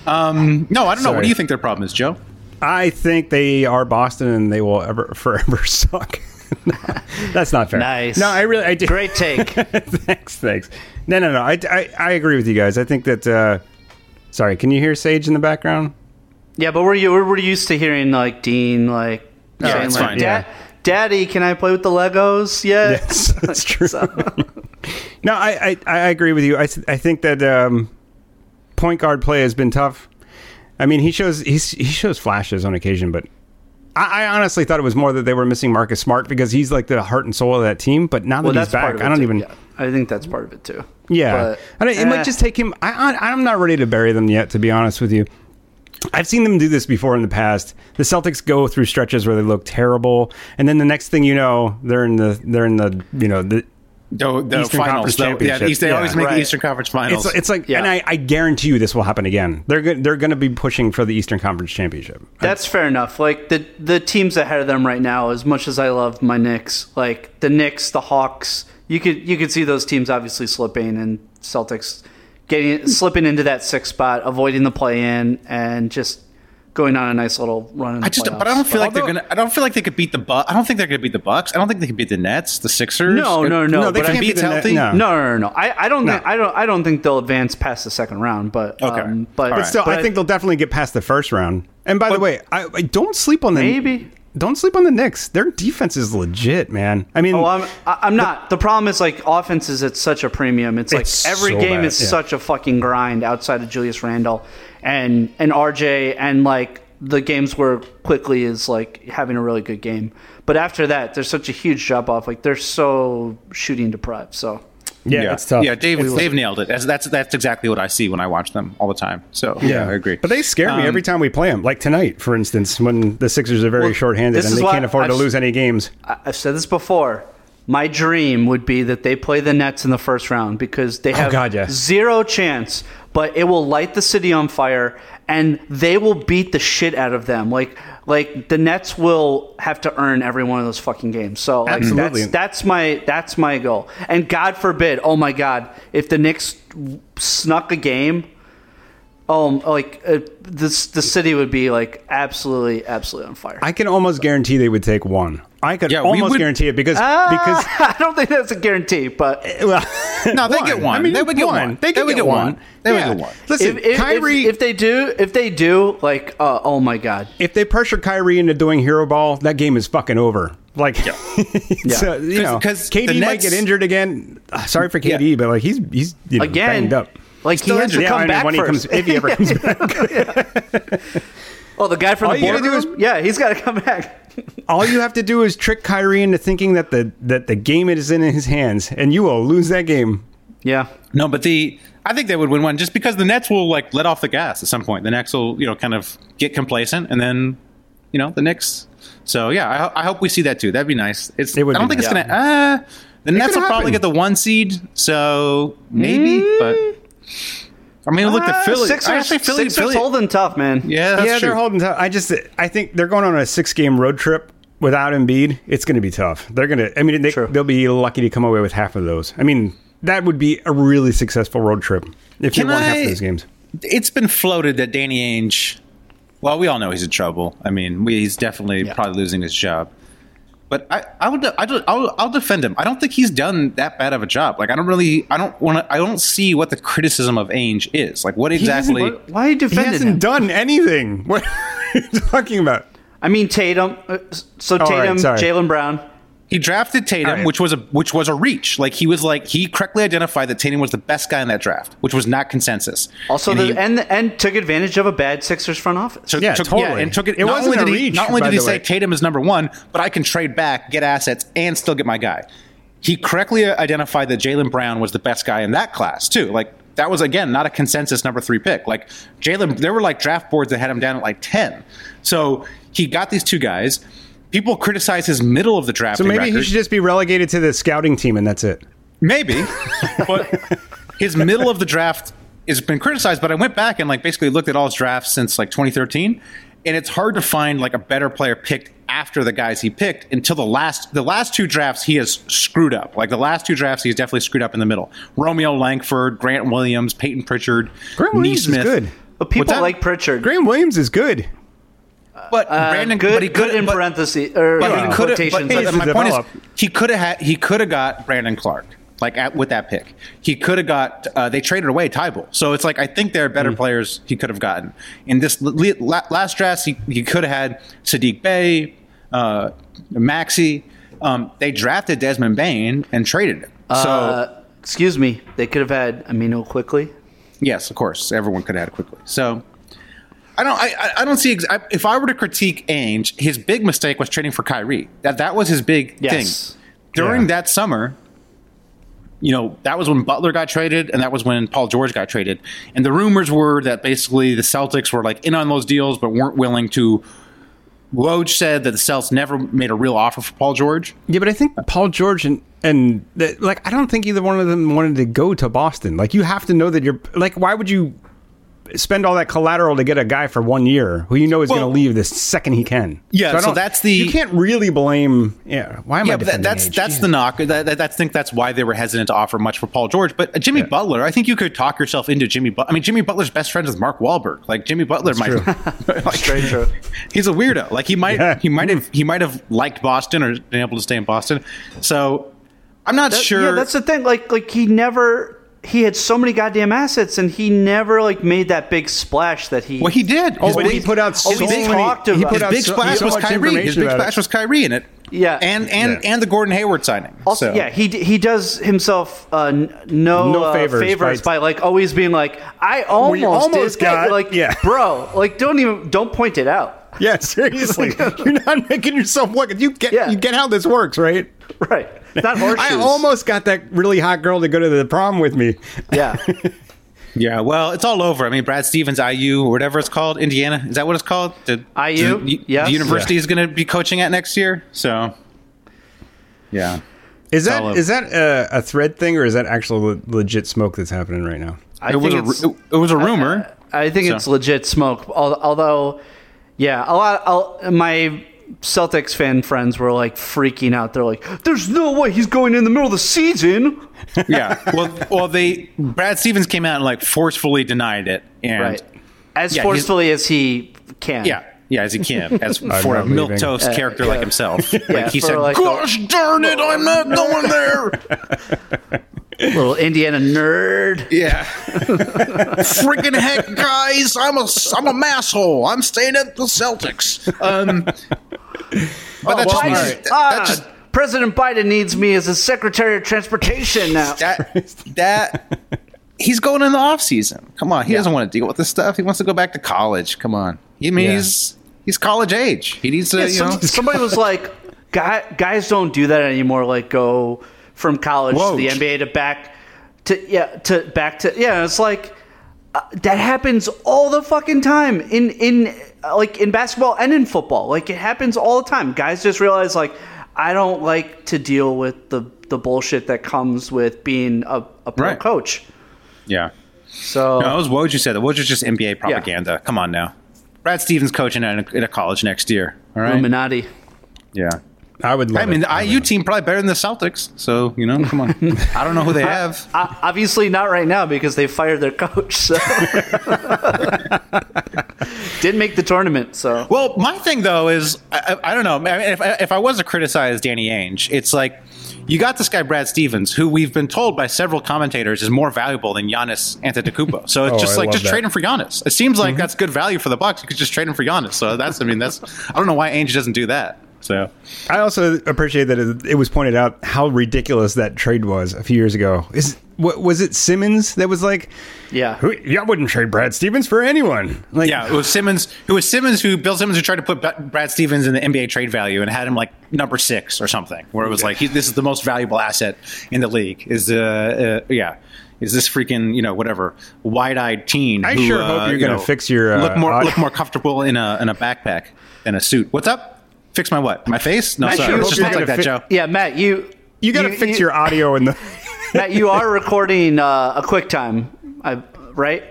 Speaker 1: Um, no, I don't know. What
Speaker 2: Sorry.
Speaker 1: do you think their problem is, Joe?
Speaker 2: I think they are Boston and they will ever forever suck. No, that's not fair.
Speaker 7: Nice.
Speaker 2: No, I really I do.
Speaker 7: Great take.
Speaker 2: thanks, thanks. No, no, no. I, I, I agree with you guys. I think that. Uh, sorry, can you hear Sage in the background?
Speaker 7: Yeah, but we're you we're we're used to hearing like Dean like
Speaker 1: Yeah,
Speaker 7: saying,
Speaker 1: it's
Speaker 7: like,
Speaker 1: fine,
Speaker 7: "Da-
Speaker 2: yeah.
Speaker 7: Daddy, can I play with the Legos yet?
Speaker 2: Yes, that's true. no, I, I, I agree with you. I, s- I think that um, point guard play has been tough. I mean, he shows he's, he shows flashes on occasion, but I, I honestly thought it was more that they were missing Marcus Smart because he's like the heart and soul of that team. But now that
Speaker 7: Well,
Speaker 2: he's
Speaker 7: that's
Speaker 2: back,
Speaker 7: part of it.
Speaker 2: I don't
Speaker 7: too.
Speaker 2: even.
Speaker 7: Yeah, I think that's part of it too.
Speaker 2: Yeah,
Speaker 7: But,
Speaker 2: I don't, it
Speaker 7: eh,
Speaker 2: might just take him. I, I, I'm not ready to bury them yet, to be honest with you. I've seen them do this before in the past. The Celtics go through stretches where they look terrible, and then the next thing you know, they're in the they're in the you know the
Speaker 1: The, the
Speaker 2: Eastern Conference
Speaker 1: though. yeah,
Speaker 2: Championship.
Speaker 1: the East- they
Speaker 2: Yeah,
Speaker 1: always make
Speaker 7: right.
Speaker 1: the Eastern Conference finals.
Speaker 2: It's, it's like,
Speaker 7: Yeah.
Speaker 2: and I, I guarantee you this will happen again. They're go- they're going to be pushing for the Eastern Conference Championship.
Speaker 7: That's fair enough. Like the the teams ahead of them right now, as much as I love my Knicks, like the Knicks, the Hawks, you could you could see those teams obviously slipping and Celtics getting slipping into that sixth spot, avoiding the play in, and just going on a nice little run. In the
Speaker 1: I just,
Speaker 7: playoffs.
Speaker 1: but I don't feel like
Speaker 2: although-
Speaker 1: they're gonna. I don't feel like they could beat the Buck. I don't think they're gonna beat the Bucks. I don't think they could beat the Nets, the Sixers.
Speaker 7: No, no, no, No, they but I- can't
Speaker 1: beat
Speaker 2: beat the Net-
Speaker 1: healthy.
Speaker 2: no.
Speaker 7: No, no, no, no. I, I don't
Speaker 2: Oh. No.
Speaker 7: think I don't I don't think they'll advance past the second round. But
Speaker 1: Okay.
Speaker 7: um, but,
Speaker 1: All right.
Speaker 2: But still, I think they'll definitely get past the first round. And by the way, I, I don't sleep on the
Speaker 7: Maybe.
Speaker 2: Don't sleep on the Knicks. Their defense is legit, man. I mean,
Speaker 7: Oh, I'm, I- I'm not. The problem is like offense is at such a premium. It's like
Speaker 2: It's
Speaker 7: every
Speaker 2: so
Speaker 7: game
Speaker 2: bad,
Speaker 7: is
Speaker 2: yeah.
Speaker 7: such a fucking grind outside of Julius Randle and and RJ and like the games where quickly is like having a really good game. But after that, there's such a huge drop off. Like they're so shooting deprived. So
Speaker 2: yeah,
Speaker 1: Yeah,
Speaker 2: it's tough.
Speaker 1: Yeah, Dave,
Speaker 2: It's-
Speaker 1: Dave nailed it. That's, that's that's exactly what I see when I watch them all the time. So yeah, I agree. Um,
Speaker 2: But they scare me every time we play them. Like tonight, for instance, when the Sixers are very
Speaker 7: Well,
Speaker 2: shorthanded
Speaker 7: this
Speaker 2: and
Speaker 7: is
Speaker 2: they
Speaker 7: why
Speaker 2: can't afford
Speaker 7: I
Speaker 2: to
Speaker 7: s-
Speaker 2: lose any games.
Speaker 7: I- I've said this before. My dream would be that they play the Nets in the first round because they have
Speaker 2: Oh, God, yeah.
Speaker 7: zero chance, but it will light the city on fire and they will beat the shit out of them. Like like the Nets will have to earn every one of those fucking games. So like,
Speaker 2: Absolutely.
Speaker 7: that's that's my that's my goal. And God forbid, oh my God, if the Knicks snuck a game, oh like uh, this the city would be like absolutely absolutely on fire.
Speaker 2: I can almost guarantee they would take one. I could
Speaker 1: Yeah, we
Speaker 2: almost
Speaker 1: would- Ah!
Speaker 2: guarantee it because because
Speaker 7: I don't think that's a guarantee, but
Speaker 2: well,
Speaker 1: No, they get one. They would get one.
Speaker 2: They, could
Speaker 1: would
Speaker 2: get one.
Speaker 1: They would
Speaker 2: Yeah.
Speaker 1: get one.
Speaker 2: Listen,
Speaker 7: if, if,
Speaker 2: Kyrie.
Speaker 7: if, if they do, if they do, like, uh, oh my god,
Speaker 2: if they pressure Kyrie into doing hero ball, that game is fucking over. Like, so, you know,
Speaker 1: 'Cause- 'cause
Speaker 2: KD
Speaker 1: the
Speaker 2: might
Speaker 1: Nets-
Speaker 2: get injured again. Ah, Sorry for KD, but like he's he's you know,
Speaker 7: Again,
Speaker 2: banged up.
Speaker 7: like, he has to
Speaker 2: Yeah,
Speaker 7: come
Speaker 2: I mean,
Speaker 7: back
Speaker 2: when
Speaker 7: first.
Speaker 2: He comes, if he ever comes back.
Speaker 7: oh the guy from
Speaker 2: All
Speaker 7: the
Speaker 2: you gotta do
Speaker 7: boardroom, yeah, he's got to come back.
Speaker 2: All you have to do is trick Kyrie into thinking that the that the game is in his hands, and you will lose that game.
Speaker 7: yeah,
Speaker 1: No, but the I think they would win one just because the Nets will like let off the gas at some point. The Nets will you know kind of get complacent and then you know the Knicks. So yeah, I, ho- I hope we see that too. That'd be nice. It's
Speaker 2: It would
Speaker 1: I don't
Speaker 2: be
Speaker 1: think it's
Speaker 2: nice.
Speaker 1: gonna. Uh, the Nets
Speaker 2: could
Speaker 1: will probably
Speaker 2: happen.
Speaker 1: get the one seed. So maybe, but I mean, look, the
Speaker 7: Ah,
Speaker 1: Philly.
Speaker 7: Sixers,
Speaker 1: actually, Philly,
Speaker 7: Sixers
Speaker 1: Philly.
Speaker 7: holding tough, man.
Speaker 1: Yeah, that's
Speaker 2: yeah,
Speaker 1: true.
Speaker 2: they're holding. T- I just I think they're going on a six game road trip without Embiid. It's going to be tough. They're going to. I mean, they,
Speaker 7: True.
Speaker 2: they'll be lucky to come away with half of those. I mean, that would be a really successful road trip if
Speaker 1: Can
Speaker 2: you won half
Speaker 1: I-
Speaker 2: of those games.
Speaker 1: it's been floated that Danny Ainge. Well, we all know he's in trouble. I mean, we, he's definitely probably losing his job. But I, I would, I would, I'll, I'll defend him. I don't think he's done that bad of a job. Like, I don't really, I don't want to, I don't see what the criticism of Ainge is. Like, what
Speaker 2: hasn't-
Speaker 1: exactly?
Speaker 2: what-
Speaker 7: Why are you
Speaker 2: He
Speaker 7: defending
Speaker 2: hasn't
Speaker 7: him?
Speaker 2: done anything. What are you talking about?
Speaker 7: I mean Tatum. uh, So
Speaker 2: right,
Speaker 7: Tatum,
Speaker 2: sorry.
Speaker 7: Jalen Brown.
Speaker 1: He drafted Tatum,
Speaker 2: All right.
Speaker 1: which was a which was a reach. Like he was like he correctly identified that Tatum was the best guy in that draft, which was not consensus.
Speaker 7: Also,
Speaker 1: And
Speaker 7: the,
Speaker 1: he-
Speaker 7: and and took advantage of a bad Sixers front office.
Speaker 1: took,
Speaker 2: Yeah,
Speaker 1: took-
Speaker 2: totally.
Speaker 1: and took it.
Speaker 2: It
Speaker 1: not
Speaker 2: wasn't
Speaker 1: only
Speaker 2: a
Speaker 1: did he,
Speaker 2: reach,
Speaker 1: Not only
Speaker 2: by
Speaker 1: did he
Speaker 2: the
Speaker 1: say
Speaker 2: way.
Speaker 1: Tatum is number one, but I can trade back, get assets, and still get my guy. He correctly identified that Jalen Brown was the best guy in that class too. Like that was again not a consensus number three pick. Like Jalen, there were like draft boards that had him down at like ten. So he got these two guys. People criticize his middle of the draft.
Speaker 2: So maybe he should just be relegated to the scouting team, and that's it.
Speaker 1: Maybe, but his middle of the draft has been criticized. But I went back and like basically looked at all his drafts since like 2013, and it's hard to find like a better player picked after the guys he picked until the last the last two drafts he has screwed up. Like the last two drafts, he's definitely screwed up in the middle. Romeo Langford, Grant Williams, Peyton Pritchard,
Speaker 2: Grant Williams is
Speaker 1: Neesmith.
Speaker 2: good.
Speaker 7: But people
Speaker 1: that?
Speaker 7: like Pritchard.
Speaker 2: Graham Williams is good.
Speaker 1: but
Speaker 7: Uh,
Speaker 1: Brandon
Speaker 7: good,
Speaker 1: but he
Speaker 7: good
Speaker 1: couldn't-
Speaker 7: in
Speaker 1: but-
Speaker 7: parentheses or
Speaker 1: But
Speaker 7: in
Speaker 1: he could have. But,
Speaker 7: quotations.
Speaker 2: He's
Speaker 1: but
Speaker 2: a
Speaker 1: my point is,
Speaker 2: develop.
Speaker 1: he could have had. He could have got Brandon Clark like at, with that pick. He could have got. Uh, they traded away Tybull, so it's like I think there are better players he could have gotten in this l- le- la- last draft. He, he could have had Sadiq Bey, uh, Maxi. Um, they drafted Desmond Bain and traded him. So
Speaker 7: uh, excuse me, they could have had Amino quickly.
Speaker 1: Yes, of course. Everyone could add quickly. So I don't. I, I- I don't see. Ex- I, if I were to critique Ainge, his big mistake was trading for Kyrie. That that was his big
Speaker 7: Yes.
Speaker 1: thing. During
Speaker 2: Yeah.
Speaker 1: that summer, you know, that was when Butler got traded, and that was when Paul George got traded. And the rumors were that basically the Celtics were like in on those deals, but weren't willing to Woj said that the Celtics never made a real offer for Paul George.
Speaker 2: Yeah, but I think Paul George and and the, like I don't think either one of them wanted to go to Boston. Like you have to know that you're like why would you spend all that collateral to get a guy for one year who you know is
Speaker 1: Well-
Speaker 2: going to leave the second he can?
Speaker 1: Yeah,
Speaker 2: I
Speaker 1: so
Speaker 2: don't-
Speaker 1: that's the-
Speaker 2: you can't really blame. Yeah, why am I?
Speaker 1: Yeah, but that,
Speaker 2: defending
Speaker 1: that's
Speaker 2: age?
Speaker 1: that's the knock. That, that, I think that's why they were hesitant to offer much for Paul George. But uh, Jimmy Butler, I think you could talk yourself into Jimmy. But I mean, Jimmy Butler's best friend is Mark Wahlberg. Like Jimmy Butler might, like,
Speaker 8: Straight to it.
Speaker 1: he's a weirdo. Like he might
Speaker 2: Yeah.
Speaker 1: he might have he might have liked Boston or been able to stay in Boston. So I'm not
Speaker 7: That-
Speaker 1: sure.
Speaker 7: Yeah, that's the thing. Like, like he never. He had so many goddamn assets, and he never like made that big splash that he.
Speaker 1: well, he did.
Speaker 2: Oh,
Speaker 1: His
Speaker 2: but
Speaker 1: big-
Speaker 2: he put out so
Speaker 7: oh, we
Speaker 2: many.
Speaker 7: talked
Speaker 2: he
Speaker 7: about-
Speaker 2: put
Speaker 1: his
Speaker 2: out
Speaker 1: big
Speaker 2: so-
Speaker 1: splash
Speaker 2: so
Speaker 1: was
Speaker 2: much
Speaker 1: Kyrie. His
Speaker 2: information
Speaker 1: big
Speaker 2: about it.
Speaker 1: splash was Kyrie in it.
Speaker 7: Yeah.
Speaker 1: and and
Speaker 2: Yeah.
Speaker 1: and the Gordon Hayward signing.
Speaker 7: Also,
Speaker 1: So-
Speaker 7: yeah, he d- he does himself uh, n- no,
Speaker 2: No
Speaker 7: uh,
Speaker 2: favors
Speaker 7: favors,
Speaker 2: by-
Speaker 7: by, like always being like, I almost,
Speaker 2: almost
Speaker 7: did
Speaker 2: got-
Speaker 7: that. like,
Speaker 2: yeah.
Speaker 7: bro, like don't even don't point it out,
Speaker 2: Yeah, seriously, you're not making yourself look. You get
Speaker 7: Yeah.
Speaker 2: you get how this works, right?
Speaker 7: right? It's Not horseshoes.
Speaker 2: I almost got that really hot girl to go to the prom with me.
Speaker 7: yeah.
Speaker 1: Yeah, well, it's all over. I mean, Brad Stevens, IU, or whatever it's called, Indiana. Is that what it's called? The,
Speaker 7: IU?
Speaker 1: The,
Speaker 7: Yes.
Speaker 1: the university is going to be coaching at next year. So, yeah.
Speaker 2: Is that
Speaker 1: all
Speaker 2: is that uh, a, a thread thing or is that actual le- legit smoke that's happening right now?
Speaker 7: I
Speaker 1: it was a
Speaker 7: think it's-
Speaker 1: ru- it was a rumor.
Speaker 7: I uh, think
Speaker 1: So-
Speaker 7: it's legit smoke. Al- Although, yeah, a lot. I'll, my Celtics fan friends were like freaking out. They're like, "There's no way he's going in the middle of the season."
Speaker 1: yeah. Well, well, they Brad Stevens came out and like forcefully denied it, and
Speaker 7: Right. As
Speaker 1: Yeah, he's-
Speaker 7: forcefully as he can.
Speaker 1: yeah, yeah, as he can, as for a
Speaker 2: not
Speaker 1: milk
Speaker 2: leaving.
Speaker 1: toast character like himself, like he
Speaker 7: Uh, for,
Speaker 1: said,
Speaker 7: like, the-
Speaker 1: "Gosh darn it, I'm not going there."
Speaker 7: Little Indiana nerd.
Speaker 1: Yeah. Freaking heck, guys! I'm a I'm a masshole. I'm staying at the Celtics. Um, oh, but that just
Speaker 7: Biden-
Speaker 1: means
Speaker 7: ah,
Speaker 1: that, just,
Speaker 7: President Biden needs me as his Secretary of Transportation now.
Speaker 1: that that he's going in the off season. Come on, he doesn't want to deal with this stuff. He wants to go back to college. Come on, I mean
Speaker 2: Yeah.
Speaker 1: he's he's college age. He needs to you know.
Speaker 7: Somebody was like, "Guy- guys don't do that anymore. Like go from college
Speaker 1: Whoa.
Speaker 7: to the NBA to back to yeah to back to yeah. It's like uh, that happens all the fucking time in in uh, like in basketball and in football. Like it happens all the time. Guys just realize like I don't like to deal with the the bullshit that comes with being a, a pro
Speaker 1: Right.
Speaker 7: coach.
Speaker 1: Yeah,
Speaker 7: So
Speaker 1: no, it Oh, was Woj who said that. Woj is just NBA propaganda. Come on now, Brad Stevens coaching at a, at a college next year. All right,
Speaker 7: Illuminati.
Speaker 1: yeah.
Speaker 2: I would. Love
Speaker 1: I mean,
Speaker 2: it.
Speaker 1: the IU team probably better than the Celtics. So you know, come on. I don't know who they have.
Speaker 7: Uh, obviously not right now because they fired their coach. So didn't make the tournament. So
Speaker 1: Well, my thing though is I, I I don't know. I mean, if, if I was to criticize Danny Ainge, it's like you got this guy Brad Stevens, who we've been told by several commentators is more valuable than Giannis Antetokounmpo. So it's
Speaker 2: Oh, I
Speaker 1: just like
Speaker 2: love
Speaker 1: just
Speaker 2: that. Mm-hmm.
Speaker 1: trade him for Giannis. It seems like that's good value for the Bucks. You could just trade him for Giannis. So that's I mean that's I don't know why Ainge doesn't do that. So
Speaker 2: I also appreciate that it, it was pointed out how ridiculous that trade was a few years ago. Is what was it Simmons that was like,
Speaker 7: yeah,
Speaker 2: "Who- yeah, I wouldn't trade Brad Stevens for anyone. Like,
Speaker 1: yeah, it was Simmons. It was Simmons who Bill Simmons who tried to put Ba- Brad Stevens in the NBA trade value and had him like number six or something, where it was like he, this is the most valuable asset in the league. Is uh, uh yeah. Is this freaking you know whatever wide-eyed teen?
Speaker 2: I
Speaker 1: who,
Speaker 2: sure
Speaker 1: uh,
Speaker 2: hope you're
Speaker 1: you
Speaker 2: gonna
Speaker 1: know,
Speaker 2: fix your, uh,
Speaker 1: look more
Speaker 2: aud-
Speaker 1: look more comfortable in a in a backpack than a suit. What's up? Fix my what? My face? No,
Speaker 7: Matt,
Speaker 1: sorry,
Speaker 7: you-
Speaker 1: it's just
Speaker 7: Matt,
Speaker 1: looked like that,
Speaker 2: fi-
Speaker 1: Joe.
Speaker 7: yeah, Matt, you
Speaker 2: you got to fix your audio in the.
Speaker 7: Matt. You are recording uh, a QuickTime, I, right?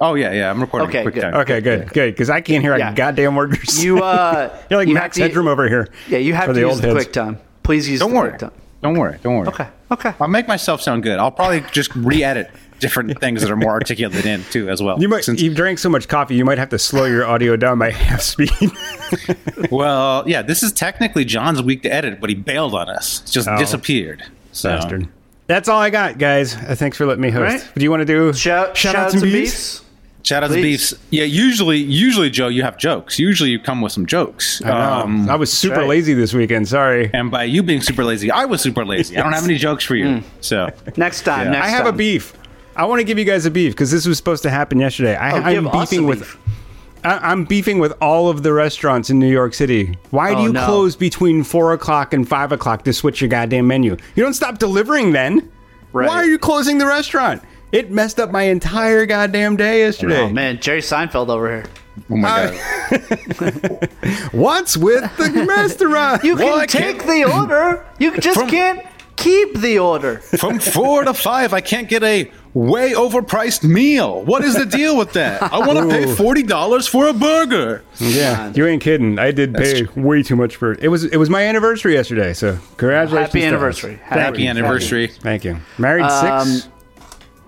Speaker 1: Oh yeah, yeah, I'm recording.
Speaker 7: Okay,
Speaker 1: quick
Speaker 7: good.
Speaker 1: time.
Speaker 2: Okay, good, good, because I can't hear
Speaker 7: Yeah.
Speaker 2: a goddamn word. You're saying.
Speaker 7: You uh,
Speaker 2: You're like
Speaker 7: you have
Speaker 2: Max
Speaker 7: to-
Speaker 2: Headroom over here.
Speaker 7: Yeah, you have
Speaker 2: for
Speaker 7: to
Speaker 2: the
Speaker 7: use
Speaker 2: old
Speaker 7: the
Speaker 2: heads.
Speaker 7: QuickTime. Please use
Speaker 1: Don't
Speaker 7: the
Speaker 1: worry.
Speaker 7: QuickTime.
Speaker 1: Don't worry. Don't worry.
Speaker 7: Okay, okay.
Speaker 1: I'll make myself sound good. I'll probably just re-edit different things that are more articulate in too as well.
Speaker 2: You might.
Speaker 1: Since-
Speaker 2: you drank so much coffee, you might have to slow your audio down by half speed. e-
Speaker 1: well, yeah, this is technically John's week to edit, but he bailed on us. It's just
Speaker 2: Oh.
Speaker 1: disappeared. So.
Speaker 2: Bastard. That's all I got, guys. Uh, thanks for letting me host.
Speaker 7: Right.
Speaker 2: Do you want to do
Speaker 7: Shout, shout, out
Speaker 2: outs
Speaker 7: to
Speaker 2: and beefs?
Speaker 7: Beefs.
Speaker 1: Shout out to
Speaker 7: Please.
Speaker 1: Beefs. Yeah, usually, usually, Joe, you have jokes. Usually, you come with some jokes. Um,
Speaker 2: I was super
Speaker 7: right.
Speaker 2: lazy this weekend. Sorry.
Speaker 1: and by you being super lazy, I was super lazy. I don't have any jokes for you. So,
Speaker 7: Next time.
Speaker 1: Yeah.
Speaker 7: Next
Speaker 2: I have a
Speaker 7: time.
Speaker 2: beef. I want to give you guys a beef because this was supposed to happen yesterday. I,
Speaker 7: Oh,
Speaker 2: I'm
Speaker 7: give us
Speaker 2: beefing
Speaker 7: a
Speaker 2: with.
Speaker 7: beef.
Speaker 2: I, I'm beefing with all of the restaurants in New York City. Why do
Speaker 7: Oh,
Speaker 2: you
Speaker 7: no.
Speaker 2: close between four o'clock and five o'clock to switch your goddamn menu? You don't stop delivering then. Why
Speaker 7: Right.
Speaker 2: are you closing the restaurant? It messed up my entire goddamn day yesterday.
Speaker 7: Oh man, Jerry Seinfeld over here.
Speaker 1: Oh my god.
Speaker 2: What's with the restaurant?
Speaker 7: You can
Speaker 1: I can't-
Speaker 7: take the order. You just
Speaker 1: From-
Speaker 7: can't keep the order.
Speaker 1: From four to five, I can't get a way overpriced meal. What is the deal with that? I want to pay forty dollars for a burger.
Speaker 2: yeah, you ain't kidding. I did pay way too much for it. Was it was my anniversary yesterday? So congratulations!
Speaker 7: Happy
Speaker 2: to us.
Speaker 7: anniversary.
Speaker 2: Thank
Speaker 1: Happy
Speaker 2: you.
Speaker 1: anniversary!
Speaker 2: Thank you. Married six.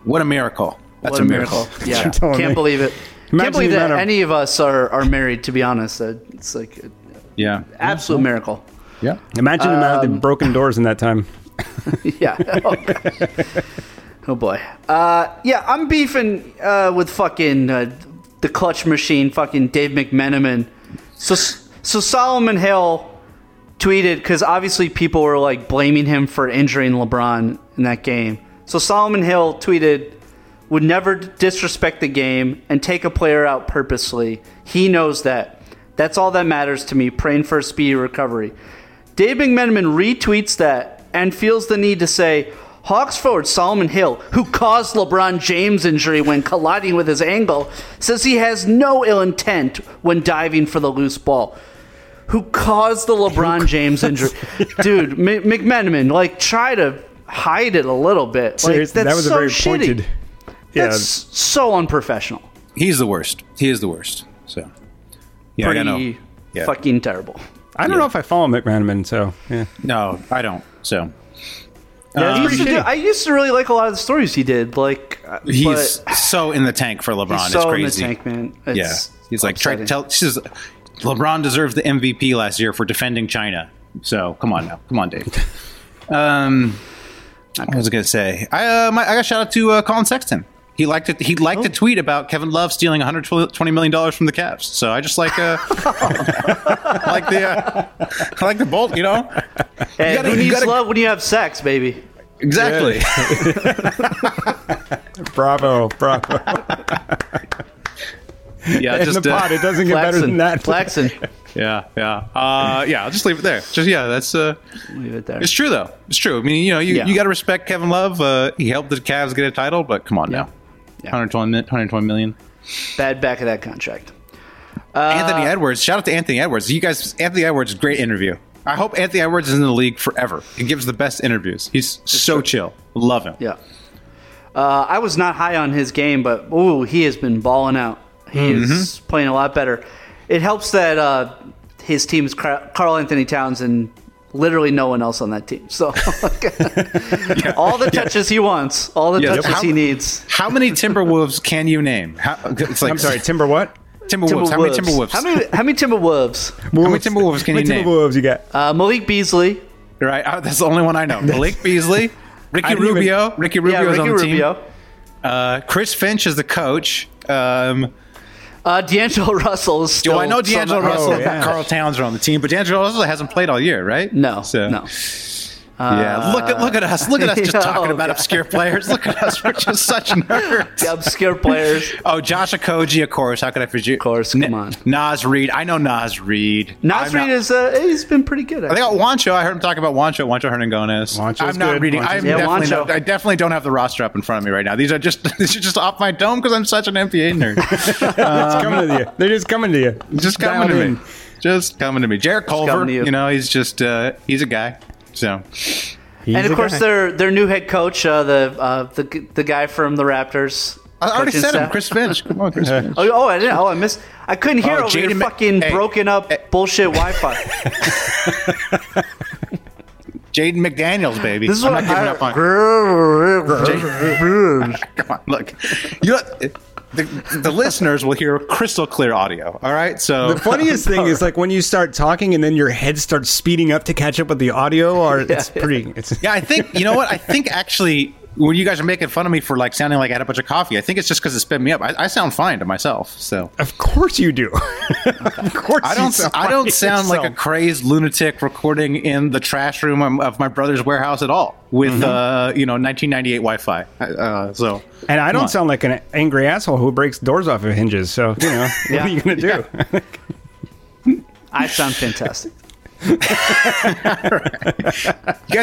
Speaker 1: What a miracle! That's
Speaker 7: what a miracle. Yeah.
Speaker 2: You're telling
Speaker 7: Can't
Speaker 2: me.
Speaker 7: believe it.
Speaker 2: Imagine
Speaker 7: Can't believe
Speaker 2: the
Speaker 7: that
Speaker 2: amount of-
Speaker 7: any of us are, are married, to be honest. Uh, It's like an
Speaker 1: Yeah,
Speaker 7: absolute miracle.
Speaker 1: yeah.
Speaker 2: Imagine the amount of broken doors in that time.
Speaker 7: Yeah. Oh, boy. Uh, yeah, I'm beefing uh, with fucking uh, the clutch machine, fucking Dave McMenamin. So, so Solomon Hill tweeted because obviously people were like blaming him for injuring LeBron in that game. So Solomon Hill tweeted, "Would never disrespect the game and take a player out purposely. He knows that. That's all that matters to me. Praying for a speedy recovery." Dave McMenamin retweets that and feels the need to say, Hawks forward Solomon Hill, who caused LeBron James' injury when colliding with his ankle, says he has no ill intent when diving for the loose ball. Who caused the LeBron James injury? Dude, M- McMenamin, like, try to hide it a little bit. Like,
Speaker 2: Seriously,
Speaker 7: that's
Speaker 2: that was
Speaker 7: so
Speaker 2: a very
Speaker 7: shitty.
Speaker 2: pointed. Yeah,
Speaker 7: That's so unprofessional.
Speaker 1: He's the worst. He is the worst. So, yeah, I know.
Speaker 7: Pretty
Speaker 1: Yeah.
Speaker 7: fucking terrible.
Speaker 2: I don't know if I follow McManaman, so yeah.
Speaker 1: No, I don't. So
Speaker 2: That's
Speaker 7: I,
Speaker 2: pretty
Speaker 7: used to do-
Speaker 2: shitty.
Speaker 7: Uh, I used to really like a lot of the stories he did. Like, uh,
Speaker 1: he's
Speaker 7: but-
Speaker 1: so in the tank for LeBron.
Speaker 7: so
Speaker 1: it's
Speaker 7: in the
Speaker 1: crazy.
Speaker 7: tank, man. It's
Speaker 1: yeah, he's like try to
Speaker 7: upsetting.
Speaker 1: tell. She says LeBron deserves the MVP last year for defending China. So come on now, come on, Dave. Um, I was gonna say I uh, my, I got a shout out to uh, Colin Sexton. He liked it. He liked a tweet about Kevin Love stealing 120 million dollars from the Cavs. So I just like uh, I like the uh, I like the bolt. You know,
Speaker 7: Hey,
Speaker 1: gotta-
Speaker 7: who
Speaker 1: you
Speaker 7: needs
Speaker 1: gotta-
Speaker 7: love when you have sex, baby?
Speaker 1: exactly.
Speaker 2: Bravo, bravo.
Speaker 1: Yeah,
Speaker 2: in the
Speaker 1: just uh,
Speaker 2: pot, it doesn't get better than
Speaker 7: Flaxen.
Speaker 2: that.
Speaker 7: Flaxen.
Speaker 1: yeah, yeah, uh, yeah. I'll just leave it there. Just yeah, that's uh,
Speaker 7: Leave it there.
Speaker 1: It's true though. It's true. I mean, you know, you,
Speaker 7: Yeah.
Speaker 1: you got to respect Kevin Love. Uh, he helped the Cavs get a title, but come on now,
Speaker 7: Yeah.
Speaker 1: 120, mi- 120 million.
Speaker 7: Bad back of that contract. Uh,
Speaker 1: Anthony Edwards. Shout out to Anthony Edwards. You guys, Anthony Edwards, great interview. I hope Anthony Edwards is in the league forever. He gives the best interviews. He's so chill. Love him.
Speaker 7: Yeah. Uh, I was not high on his game, but ooh, he has been balling out. He
Speaker 1: Mm-hmm.
Speaker 7: is playing a lot better. It helps that uh, his team is Carl Anthony Towns and literally no one else on that team. So all the touches he wants, all the
Speaker 1: Yeah.
Speaker 7: touches
Speaker 1: How-
Speaker 7: he needs.
Speaker 1: How many Timberwolves can you name? How, it's like
Speaker 2: I'm sorry, Timber what?
Speaker 1: Timberwolves. How many Timberwolves?
Speaker 7: How many? How many Timberwolves?
Speaker 2: How
Speaker 1: many Timberwolves can
Speaker 2: How many
Speaker 1: you name?
Speaker 2: Timberwolves you got?
Speaker 7: Uh, Malik Beasley.
Speaker 1: Right. Uh, that's the only one I know. Malik Beasley, Ricky
Speaker 2: didn't even-
Speaker 1: Rubio. Ricky Rubio
Speaker 7: yeah,
Speaker 1: is
Speaker 7: Ricky
Speaker 1: on the
Speaker 7: Rubio.
Speaker 1: team. Uh, Chris Finch is the coach. Um,
Speaker 7: Uh, D'Angelo Russell is still. Oh,
Speaker 1: Do I know D'Angelo
Speaker 7: somehow-
Speaker 1: Russell and
Speaker 2: yeah.
Speaker 1: Carl Towns are on the team, but D'Angelo Russell hasn't played all year, right?
Speaker 7: No,
Speaker 1: So,
Speaker 7: no.
Speaker 1: Yeah. Look at look at us. Look at us just
Speaker 7: Yeah,
Speaker 1: talking
Speaker 7: oh,
Speaker 1: about
Speaker 7: God.
Speaker 1: obscure players. Look at us. We're just such nerds.
Speaker 7: The obscure players.
Speaker 1: Oh, Josh Okoji, of course. How could I forget? Of
Speaker 7: course, come on.
Speaker 1: Nas Reed. I know Nas Reed.
Speaker 7: Nas
Speaker 1: I'm
Speaker 7: Reed
Speaker 1: not-
Speaker 7: is uh, he's been pretty good.
Speaker 1: I
Speaker 7: Actually.
Speaker 1: got Wancho. I heard him talk about Wancho. Wancho Hernandez.
Speaker 2: Wancho's
Speaker 1: I'm not
Speaker 2: good.
Speaker 1: reading.
Speaker 2: Wancho's
Speaker 1: I'm
Speaker 2: good. Yeah,
Speaker 1: definitely
Speaker 7: Wancho.
Speaker 1: not- I definitely don't have the roster up in front of me right now. These are just these are just off my dome because I'm such an NBA nerd.
Speaker 2: it's coming to you. They're just coming to you.
Speaker 1: just coming
Speaker 2: Dialed
Speaker 1: to
Speaker 2: in.
Speaker 1: me. Just coming to me. Jared Culver,
Speaker 7: coming to you.
Speaker 1: you. know, he's just uh, he's a guy. So
Speaker 2: He's
Speaker 7: And
Speaker 2: a
Speaker 7: of course,
Speaker 2: guy.
Speaker 7: their their new head coach, uh, the uh, the g- the guy from the Raptors.
Speaker 1: I already
Speaker 7: coaching
Speaker 1: said him,
Speaker 7: staff.
Speaker 1: Chris Finch. Come on, Chris Finch.
Speaker 7: Oh, oh, I didn't. Oh, I missed. I couldn't hear
Speaker 1: Oh,
Speaker 7: over your
Speaker 1: Jaden Ma-
Speaker 7: fucking
Speaker 1: Hey.
Speaker 7: broken up bullshit Wi-Fi.
Speaker 1: Jaden McDaniels, baby.
Speaker 7: This is
Speaker 1: I'm
Speaker 7: what
Speaker 1: not giving
Speaker 7: I-
Speaker 1: up on. Come on, look. You know, the, the listeners will hear crystal clear audio. All right, so
Speaker 2: The funniest thing is like when you start talking and then your head starts speeding up to catch up with the audio, or it's pretty. It's
Speaker 1: yeah, I think you know what I think actually. When you guys are making fun of me for like sounding like I had a bunch of coffee, I think it's just because it sped me up. I, I sound fine to myself, so
Speaker 2: Of course you do. of course
Speaker 1: I don't. I don't sound like a crazed lunatic recording in the trash room of- of my brother's warehouse at all with uh, you know 1998 Wi-Fi. Uh, so
Speaker 2: And I
Speaker 1: Come on.
Speaker 2: don't sound like an angry asshole who breaks doors off of hinges. So you know what are you gonna do?
Speaker 7: I sound fantastic.
Speaker 1: you guys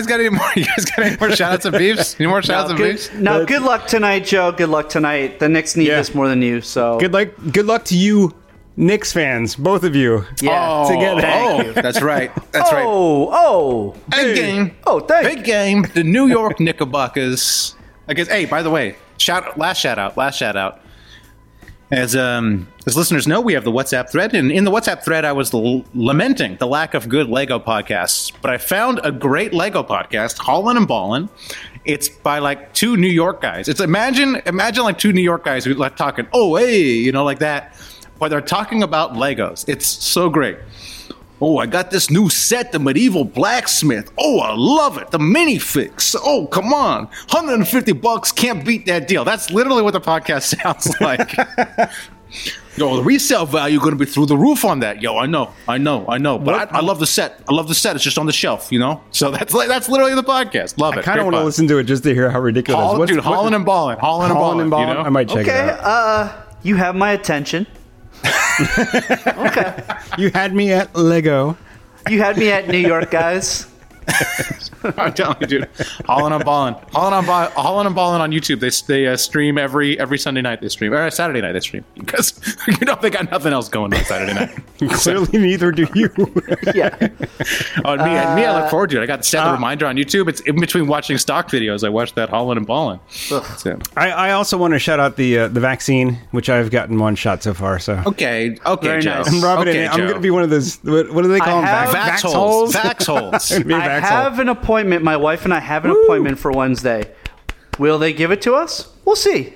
Speaker 1: got any more? You guys got any more shout outs of beefs? Any more shout outs
Speaker 7: Now,
Speaker 1: of
Speaker 7: Uh, good,
Speaker 1: beefs?
Speaker 7: now, good luck tonight, Joe. Good luck tonight. The Knicks need
Speaker 2: Yeah.
Speaker 7: this more than you. So
Speaker 2: Good luck. Good luck to you, Knicks fans, both of you.
Speaker 7: Yeah.
Speaker 1: Oh,
Speaker 2: Together.
Speaker 7: Thank
Speaker 1: oh,
Speaker 7: you.
Speaker 1: that's right. That's right.
Speaker 7: Oh, oh,
Speaker 1: Big game.
Speaker 7: oh, thank
Speaker 1: Big game. The New York Knickerbockers. I guess. Hey, by the way, shout last shout out. Last shout out. As um as listeners know, we have the WhatsApp thread, and in the WhatsApp thread, I was l- lamenting the lack of good Lego podcasts, but I found a great Lego podcast, Holland and Ballin. It's by like two New York guys. It's imagine imagine like two New York guys who like talking, oh hey, you know, like that. But they're talking about Legos. It's so great. Oh, I got this new set, the medieval blacksmith. Oh, I love it. The minifix. Oh, come on. 150 bucks can't beat that deal. That's literally what the podcast sounds like. Yo, the resale value going to be through the roof on that. Yo, I know, I know, I know. But I, I love the set. I love the set. It's just on the shelf, you know. So that's like that's literally the podcast. Love it.
Speaker 2: I kind
Speaker 1: Great
Speaker 2: of want to
Speaker 1: pod.
Speaker 2: listen to it just to hear how ridiculous.
Speaker 1: Hol-
Speaker 2: What's-
Speaker 1: dude,
Speaker 2: what-
Speaker 1: Holland and Ballin, Holland and
Speaker 2: Holland
Speaker 1: Ballin.
Speaker 2: and Ballin. I might check
Speaker 7: Okay,
Speaker 2: it out.
Speaker 7: uh, you have my attention. okay,
Speaker 2: You had me at Lego.
Speaker 7: you had me at New York, guys.
Speaker 1: I'm telling you, dude. Holland on Ballin. Holland on Ballin. Holland on Ballin on YouTube. They they uh, stream every every Sunday night. They stream or Saturday night. They stream because you know they got nothing else going on Saturday night.
Speaker 2: Clearly, neither do you.
Speaker 7: Yeah,
Speaker 1: oh, and me, and me, I look forward to it. I got set the reminder on YouTube. It's in between watching stock videos. I watched that Holland and Ballin. So-
Speaker 2: I, I also want to shout out the uh, the vaccine, which I've gotten one shot so far. So
Speaker 1: Okay, okay,
Speaker 7: Very
Speaker 1: Joe.
Speaker 7: nice. I'm
Speaker 2: Robin,
Speaker 1: okay,
Speaker 2: I'm
Speaker 1: Joe.
Speaker 2: going to be one of those. What, what do they call
Speaker 7: I
Speaker 2: them?
Speaker 7: have-
Speaker 2: Vax-
Speaker 1: vax holes.
Speaker 2: vax
Speaker 1: Vax holes.
Speaker 2: Be a
Speaker 7: I
Speaker 2: vax hole.
Speaker 7: have an appointment. My wife and I have an appointment for Wednesday. Will they give it to us? We'll see.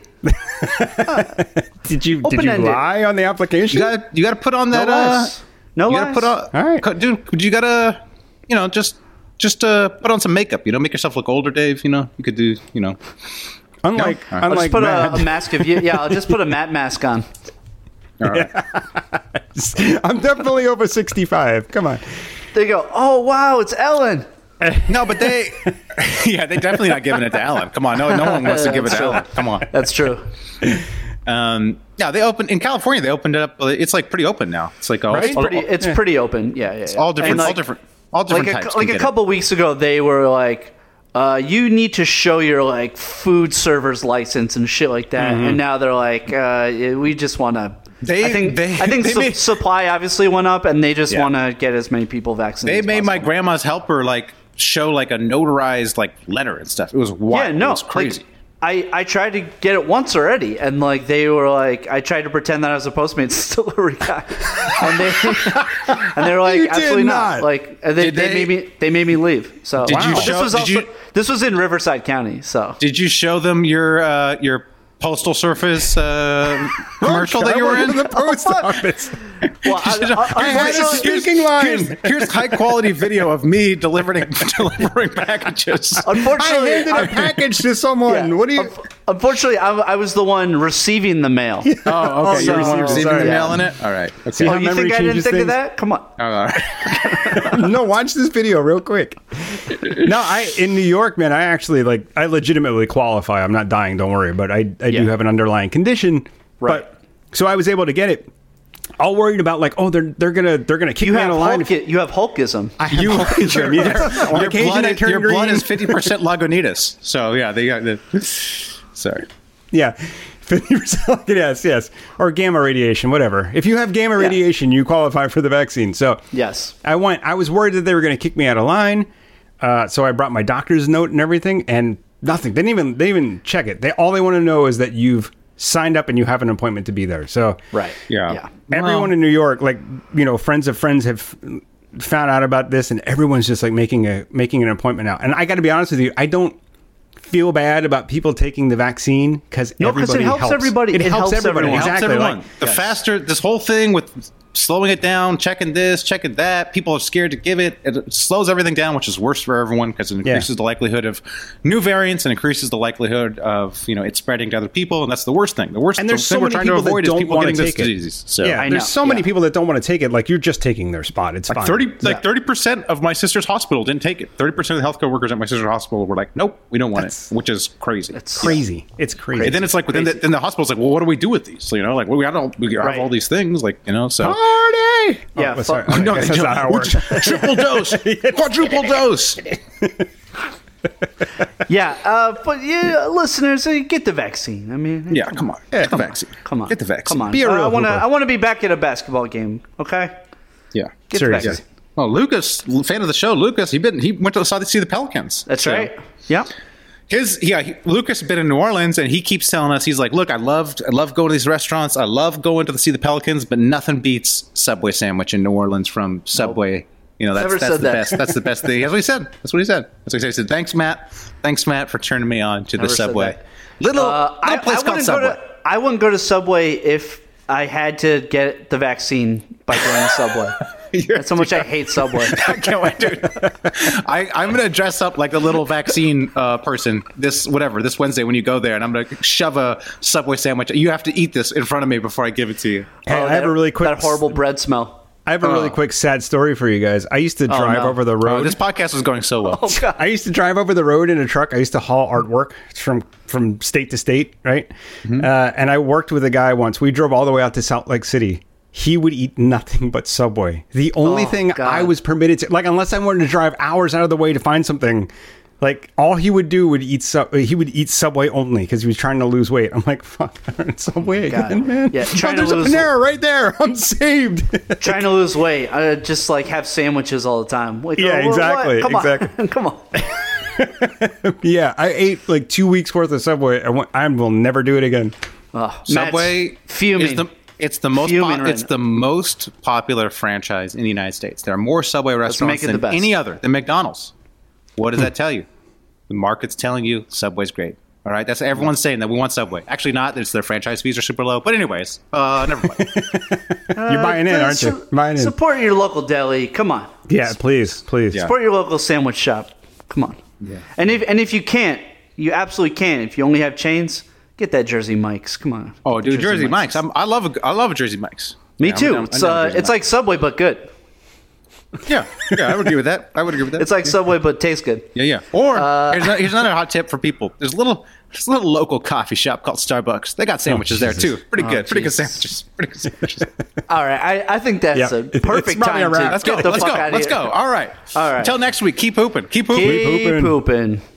Speaker 2: Did you did you
Speaker 7: Open-ended.
Speaker 2: lie on the application?
Speaker 1: you got you got to put on that.
Speaker 7: No
Speaker 1: uh,
Speaker 7: lies. No
Speaker 1: you
Speaker 7: lies.
Speaker 1: got to put on.
Speaker 2: All right.
Speaker 1: co- dude. You got to, you know, just just uh, put on some makeup. You know, make yourself look older, Dave. You know, you could do. You know,
Speaker 2: unlike
Speaker 1: No.
Speaker 7: I'll
Speaker 2: unlike
Speaker 7: just put
Speaker 2: Matt,
Speaker 7: a, a mask of you. Yeah, I'll just put a Matt mask on.
Speaker 1: all right.
Speaker 2: I'm definitely over 65. Come on.
Speaker 7: They go, oh wow, it's Ellen.
Speaker 1: No, but they, yeah, they definitely not giving it to Alan. Come on, no, no one wants to give it to Alan. Come on.
Speaker 7: That's true.
Speaker 1: Um, yeah, they opened in California. They opened it up. It's like pretty open now. It's like all,
Speaker 2: Right?
Speaker 1: all,
Speaker 7: Pretty, it's pretty open. Yeah, yeah. yeah.
Speaker 1: all different,
Speaker 7: And, like,
Speaker 1: all different, all different
Speaker 7: like a,
Speaker 1: types.
Speaker 7: like a couple weeks ago they were like uh, you need to show your like food server's license and shit like that and now they're like uh, yeah, we just want to
Speaker 1: Mm-hmm. They-
Speaker 7: I think
Speaker 1: they-
Speaker 7: I think
Speaker 1: they
Speaker 7: su-
Speaker 1: made-
Speaker 7: supply obviously went up and they just
Speaker 1: Yeah.
Speaker 7: want to get as many people vaccinated
Speaker 1: They
Speaker 7: as
Speaker 1: made my
Speaker 7: possible.
Speaker 1: grandma's helper like show like a notarized like letter and stuff. It was wild.
Speaker 7: yeah no
Speaker 1: it was crazy.
Speaker 7: like, I, I tried to get it once already, and like they were like, I tried to pretend that I was a Postmates delivery guy, and they and they were like,
Speaker 2: You did
Speaker 7: absolutely not.
Speaker 2: not.
Speaker 7: Like and they,
Speaker 1: Did
Speaker 7: they,
Speaker 1: they-
Speaker 7: made me they made me leave. So
Speaker 1: Did you
Speaker 7: But this
Speaker 1: show-
Speaker 7: was
Speaker 1: did
Speaker 7: also
Speaker 1: you-
Speaker 7: this was in Riverside County. So
Speaker 1: Did you show them your uh, your postal service uh, commercial that you were in?
Speaker 2: the post office.
Speaker 7: Well, I- I- I-
Speaker 2: had a
Speaker 7: unfortunately-
Speaker 2: speaking line.
Speaker 1: Here's, here's high quality video of me delivering delivering packages.
Speaker 2: I
Speaker 7: Unfortunately,
Speaker 2: handed a
Speaker 7: I-
Speaker 2: package to someone.
Speaker 7: yeah.
Speaker 2: What do you?
Speaker 7: Unf- Unfortunately, I, I was the one receiving the mail.
Speaker 1: Oh, okay.
Speaker 2: you're
Speaker 1: You're
Speaker 2: receiving-
Speaker 1: receiving
Speaker 2: sorry.
Speaker 1: the mail in it. All right. Okay.
Speaker 2: See
Speaker 7: Oh,
Speaker 2: how
Speaker 7: you
Speaker 2: memory
Speaker 7: think I didn't
Speaker 2: changes
Speaker 7: think of
Speaker 2: things? Oh.
Speaker 7: that? Come on.
Speaker 1: All right.
Speaker 2: no, watch this video real quick. No, I in New York, man. I actually like. I legitimately qualify. I'm not dying. Don't worry. But I, I
Speaker 7: Yeah.
Speaker 2: do have an underlying condition.
Speaker 7: Right.
Speaker 2: But, so I was able to get it. All worried about like, oh, they're they're gonna they're gonna kick
Speaker 7: You
Speaker 2: me
Speaker 7: have
Speaker 2: out of line.
Speaker 7: Hulk, you have Hulkism.
Speaker 2: you your, on
Speaker 1: Your,
Speaker 2: occasion,
Speaker 1: blood,
Speaker 2: I
Speaker 1: is-
Speaker 2: turn
Speaker 1: your
Speaker 2: green.
Speaker 1: blood is fifty percent Lagunitas. So yeah, they got the. Sorry.
Speaker 2: Yeah. 50% yes, yes. Or gamma radiation, whatever. If you have gamma radiation, you qualify for the vaccine. So
Speaker 7: Yes.
Speaker 2: I went I was worried that they were gonna kick me out of line. Uh, so I brought my doctor's note and everything and nothing. They didn't even they didn't even check it. They all they want to know is that you've signed up and you have an appointment to be there. So
Speaker 7: Right.
Speaker 1: Yeah.
Speaker 7: Yeah.
Speaker 2: everyone in New York, like you know, friends of friends have found out about this, and everyone's just like making a making an appointment now. And I got to be honest with you, I don't feel bad about people taking the vaccine because
Speaker 7: No, 'cause it
Speaker 2: everybody
Speaker 7: helps everybody.
Speaker 2: It,
Speaker 7: It
Speaker 2: helps,
Speaker 7: helps
Speaker 2: everybody.
Speaker 7: everyone.
Speaker 1: It helps
Speaker 2: Exactly.
Speaker 1: everyone.
Speaker 2: like-
Speaker 1: the faster this whole thing with slowing it down, checking this, checking that, people are scared to give it. It slows everything down, which is worse for everyone because it increases the likelihood of new variants and increases the likelihood of you know it spreading to other people, and that's the worst thing. The worst
Speaker 2: and there's
Speaker 1: thing
Speaker 2: so
Speaker 1: we're
Speaker 2: many
Speaker 1: trying to
Speaker 2: people that
Speaker 1: avoid is
Speaker 2: don't
Speaker 1: people
Speaker 2: want
Speaker 1: getting
Speaker 2: to
Speaker 1: this
Speaker 2: take it.
Speaker 1: disease. So
Speaker 2: yeah,
Speaker 7: I know,
Speaker 2: there's so many
Speaker 7: yeah.
Speaker 2: people that don't want to take it. Like you're just taking their spot. It's fine.
Speaker 1: Thirty
Speaker 2: Yeah.
Speaker 1: like thirty percent of my sister's hospital didn't take it. Thirty percent of the healthcare workers at my sister's hospital were like, "Nope, we don't want
Speaker 2: That's-
Speaker 1: it," which is crazy.
Speaker 7: It's
Speaker 2: crazy. It's crazy.
Speaker 1: and then it's like, then the, then the hospital's like, "Well, what do we do with these?" So, you know, like well, we got all we have
Speaker 7: Right.
Speaker 1: all these things, like you know. So
Speaker 2: party.
Speaker 7: Yeah,
Speaker 2: Oh, sorry.
Speaker 7: fuck-
Speaker 2: I guess that's
Speaker 1: they
Speaker 2: not how it
Speaker 1: don't.
Speaker 2: works.
Speaker 1: Triple dose, quadruple dose.
Speaker 7: yeah, uh, but yeah, listeners, uh, get the vaccine. I mean,
Speaker 1: Yeah, come on. get the
Speaker 2: come on,
Speaker 1: vaccine.
Speaker 7: come on,
Speaker 1: Get the vaccine.
Speaker 7: Come on,
Speaker 2: Be a
Speaker 7: Uh,
Speaker 2: real
Speaker 7: I want to.
Speaker 2: hooper.
Speaker 7: I want to be back at a basketball game. Okay,
Speaker 1: Yeah.
Speaker 7: get the
Speaker 2: Seriously.
Speaker 7: vaccine.
Speaker 1: Well, Lucas, fan of the show, Lucas, he been he went to the to see the Pelicans.
Speaker 7: That's
Speaker 1: So-
Speaker 7: right. Yeah.
Speaker 1: his yeah he, lucas has been in new orleans and he keeps telling us he's like look i loved i love going to these restaurants i love going to the, see the pelicans but nothing beats subway sandwich in new orleans from subway you know that's,
Speaker 7: Never
Speaker 1: that's
Speaker 7: said
Speaker 1: the
Speaker 7: that.
Speaker 1: best that's the best thing that's what he said that's what he said that's what he said he said thanks matt thanks matt for turning me on to the
Speaker 7: Never said
Speaker 1: subway
Speaker 7: that.
Speaker 1: little,
Speaker 7: Uh,
Speaker 1: little place called
Speaker 7: wouldn't go
Speaker 1: subway
Speaker 7: to. I wouldn't go to Subway if I had to get the vaccine by going to Subway. That's how much I hate Subway.
Speaker 1: I can't wait, dude. I, I'm gonna dress up like a little vaccine uh, person this whatever this Wednesday when you go there, and I'm gonna shove a Subway sandwich. You have to eat this in front of me before I give it to you.
Speaker 2: Hey,
Speaker 7: Oh,
Speaker 2: I have
Speaker 7: that-
Speaker 2: a really quick
Speaker 7: that horrible bread smell.
Speaker 2: I have a really quick sad story for you guys. I used to drive
Speaker 7: no.
Speaker 2: over the road.
Speaker 1: Oh, this podcast was going so well.
Speaker 7: Oh god.
Speaker 2: I used to drive over the road in a truck. I used to haul artwork from from state to state, right?
Speaker 7: Mm-hmm.
Speaker 2: Uh, and I worked with a guy once. We drove all the way out to Salt Lake City. He would eat nothing but Subway. The only
Speaker 7: Oh,
Speaker 2: thing
Speaker 7: God.
Speaker 2: I was permitted to, like, unless I wanted to drive hours out of the way to find something, like all he would do would eat sub. He would eat Subway only because he was trying to lose weight. I'm like, fuck, Subway
Speaker 7: Oh God.
Speaker 2: again, man.
Speaker 7: Yeah,
Speaker 2: Oh,
Speaker 7: trying to
Speaker 2: there's
Speaker 7: lose-
Speaker 2: a Panera right there. I'm saved.
Speaker 7: Trying to lose weight, I just like have sandwiches all the time. Like,
Speaker 2: Yeah,
Speaker 7: oh, what-
Speaker 2: exactly,
Speaker 7: Come
Speaker 2: exactly.
Speaker 7: on, come on.
Speaker 2: yeah, I ate like two weeks worth of Subway. I, went, I will never do it again.
Speaker 7: Oh,
Speaker 1: Subway
Speaker 7: Matt's fuming.
Speaker 1: Is the, it's the most
Speaker 7: Fuming
Speaker 1: pop-
Speaker 7: right
Speaker 1: it's
Speaker 7: now.
Speaker 1: the most popular franchise in the United States. There are more Subway restaurants
Speaker 7: make it the
Speaker 1: than
Speaker 7: best. Hmm.
Speaker 1: any other than McDonald's. What does that tell you? The market's telling you Subway's great. All right, that's everyone's saying that we want Subway. Actually, not. It's their franchise fees are super low. But anyways, uh, never mind.
Speaker 2: You're buying
Speaker 7: Uh,
Speaker 2: in, aren't you?
Speaker 7: Su-
Speaker 2: Buying in.
Speaker 7: Support your local deli. Come on.
Speaker 2: Yeah, please, please.
Speaker 1: Yeah.
Speaker 7: Support your local sandwich shop. Come on. And if and if you can't, you absolutely can. If you only have chains, get that Jersey Mike's. Come on.
Speaker 1: oh, dude, Jersey,
Speaker 7: Mike's.
Speaker 1: Mike's. I'm, I love a, I love a Jersey Mike's.
Speaker 7: Me
Speaker 1: Yeah, I'm
Speaker 7: too.
Speaker 1: down- I'm
Speaker 7: it's
Speaker 1: down with
Speaker 7: uh,
Speaker 1: Jersey
Speaker 7: it's like Subway but good.
Speaker 1: Mike's. yeah, yeah. I would agree with that. I would agree with that.
Speaker 7: It's like Subway but tastes good.
Speaker 1: Yeah, yeah. Or
Speaker 7: Uh,
Speaker 1: here's, another, here's another hot tip for people. There's a little there's a little local coffee shop called Starbucks. They got sandwiches there too.
Speaker 2: Jesus.
Speaker 1: Pretty good. Pretty good
Speaker 7: Oh, Jesus.
Speaker 1: sandwiches. Pretty good sandwiches.
Speaker 7: All right, I, I think that's
Speaker 2: Yeah.
Speaker 7: a
Speaker 2: It's- it's
Speaker 7: perfect
Speaker 2: probably
Speaker 7: time
Speaker 2: a wrap.
Speaker 7: to
Speaker 1: Let's
Speaker 7: get
Speaker 1: go.
Speaker 7: the
Speaker 1: Let's
Speaker 7: fuck
Speaker 1: go.
Speaker 7: out of
Speaker 1: Let's
Speaker 7: here.
Speaker 1: go. All right.
Speaker 7: All right.
Speaker 1: Until next week. Keep hooping. Keep hooping.
Speaker 7: Keep
Speaker 2: Keep
Speaker 7: pooping.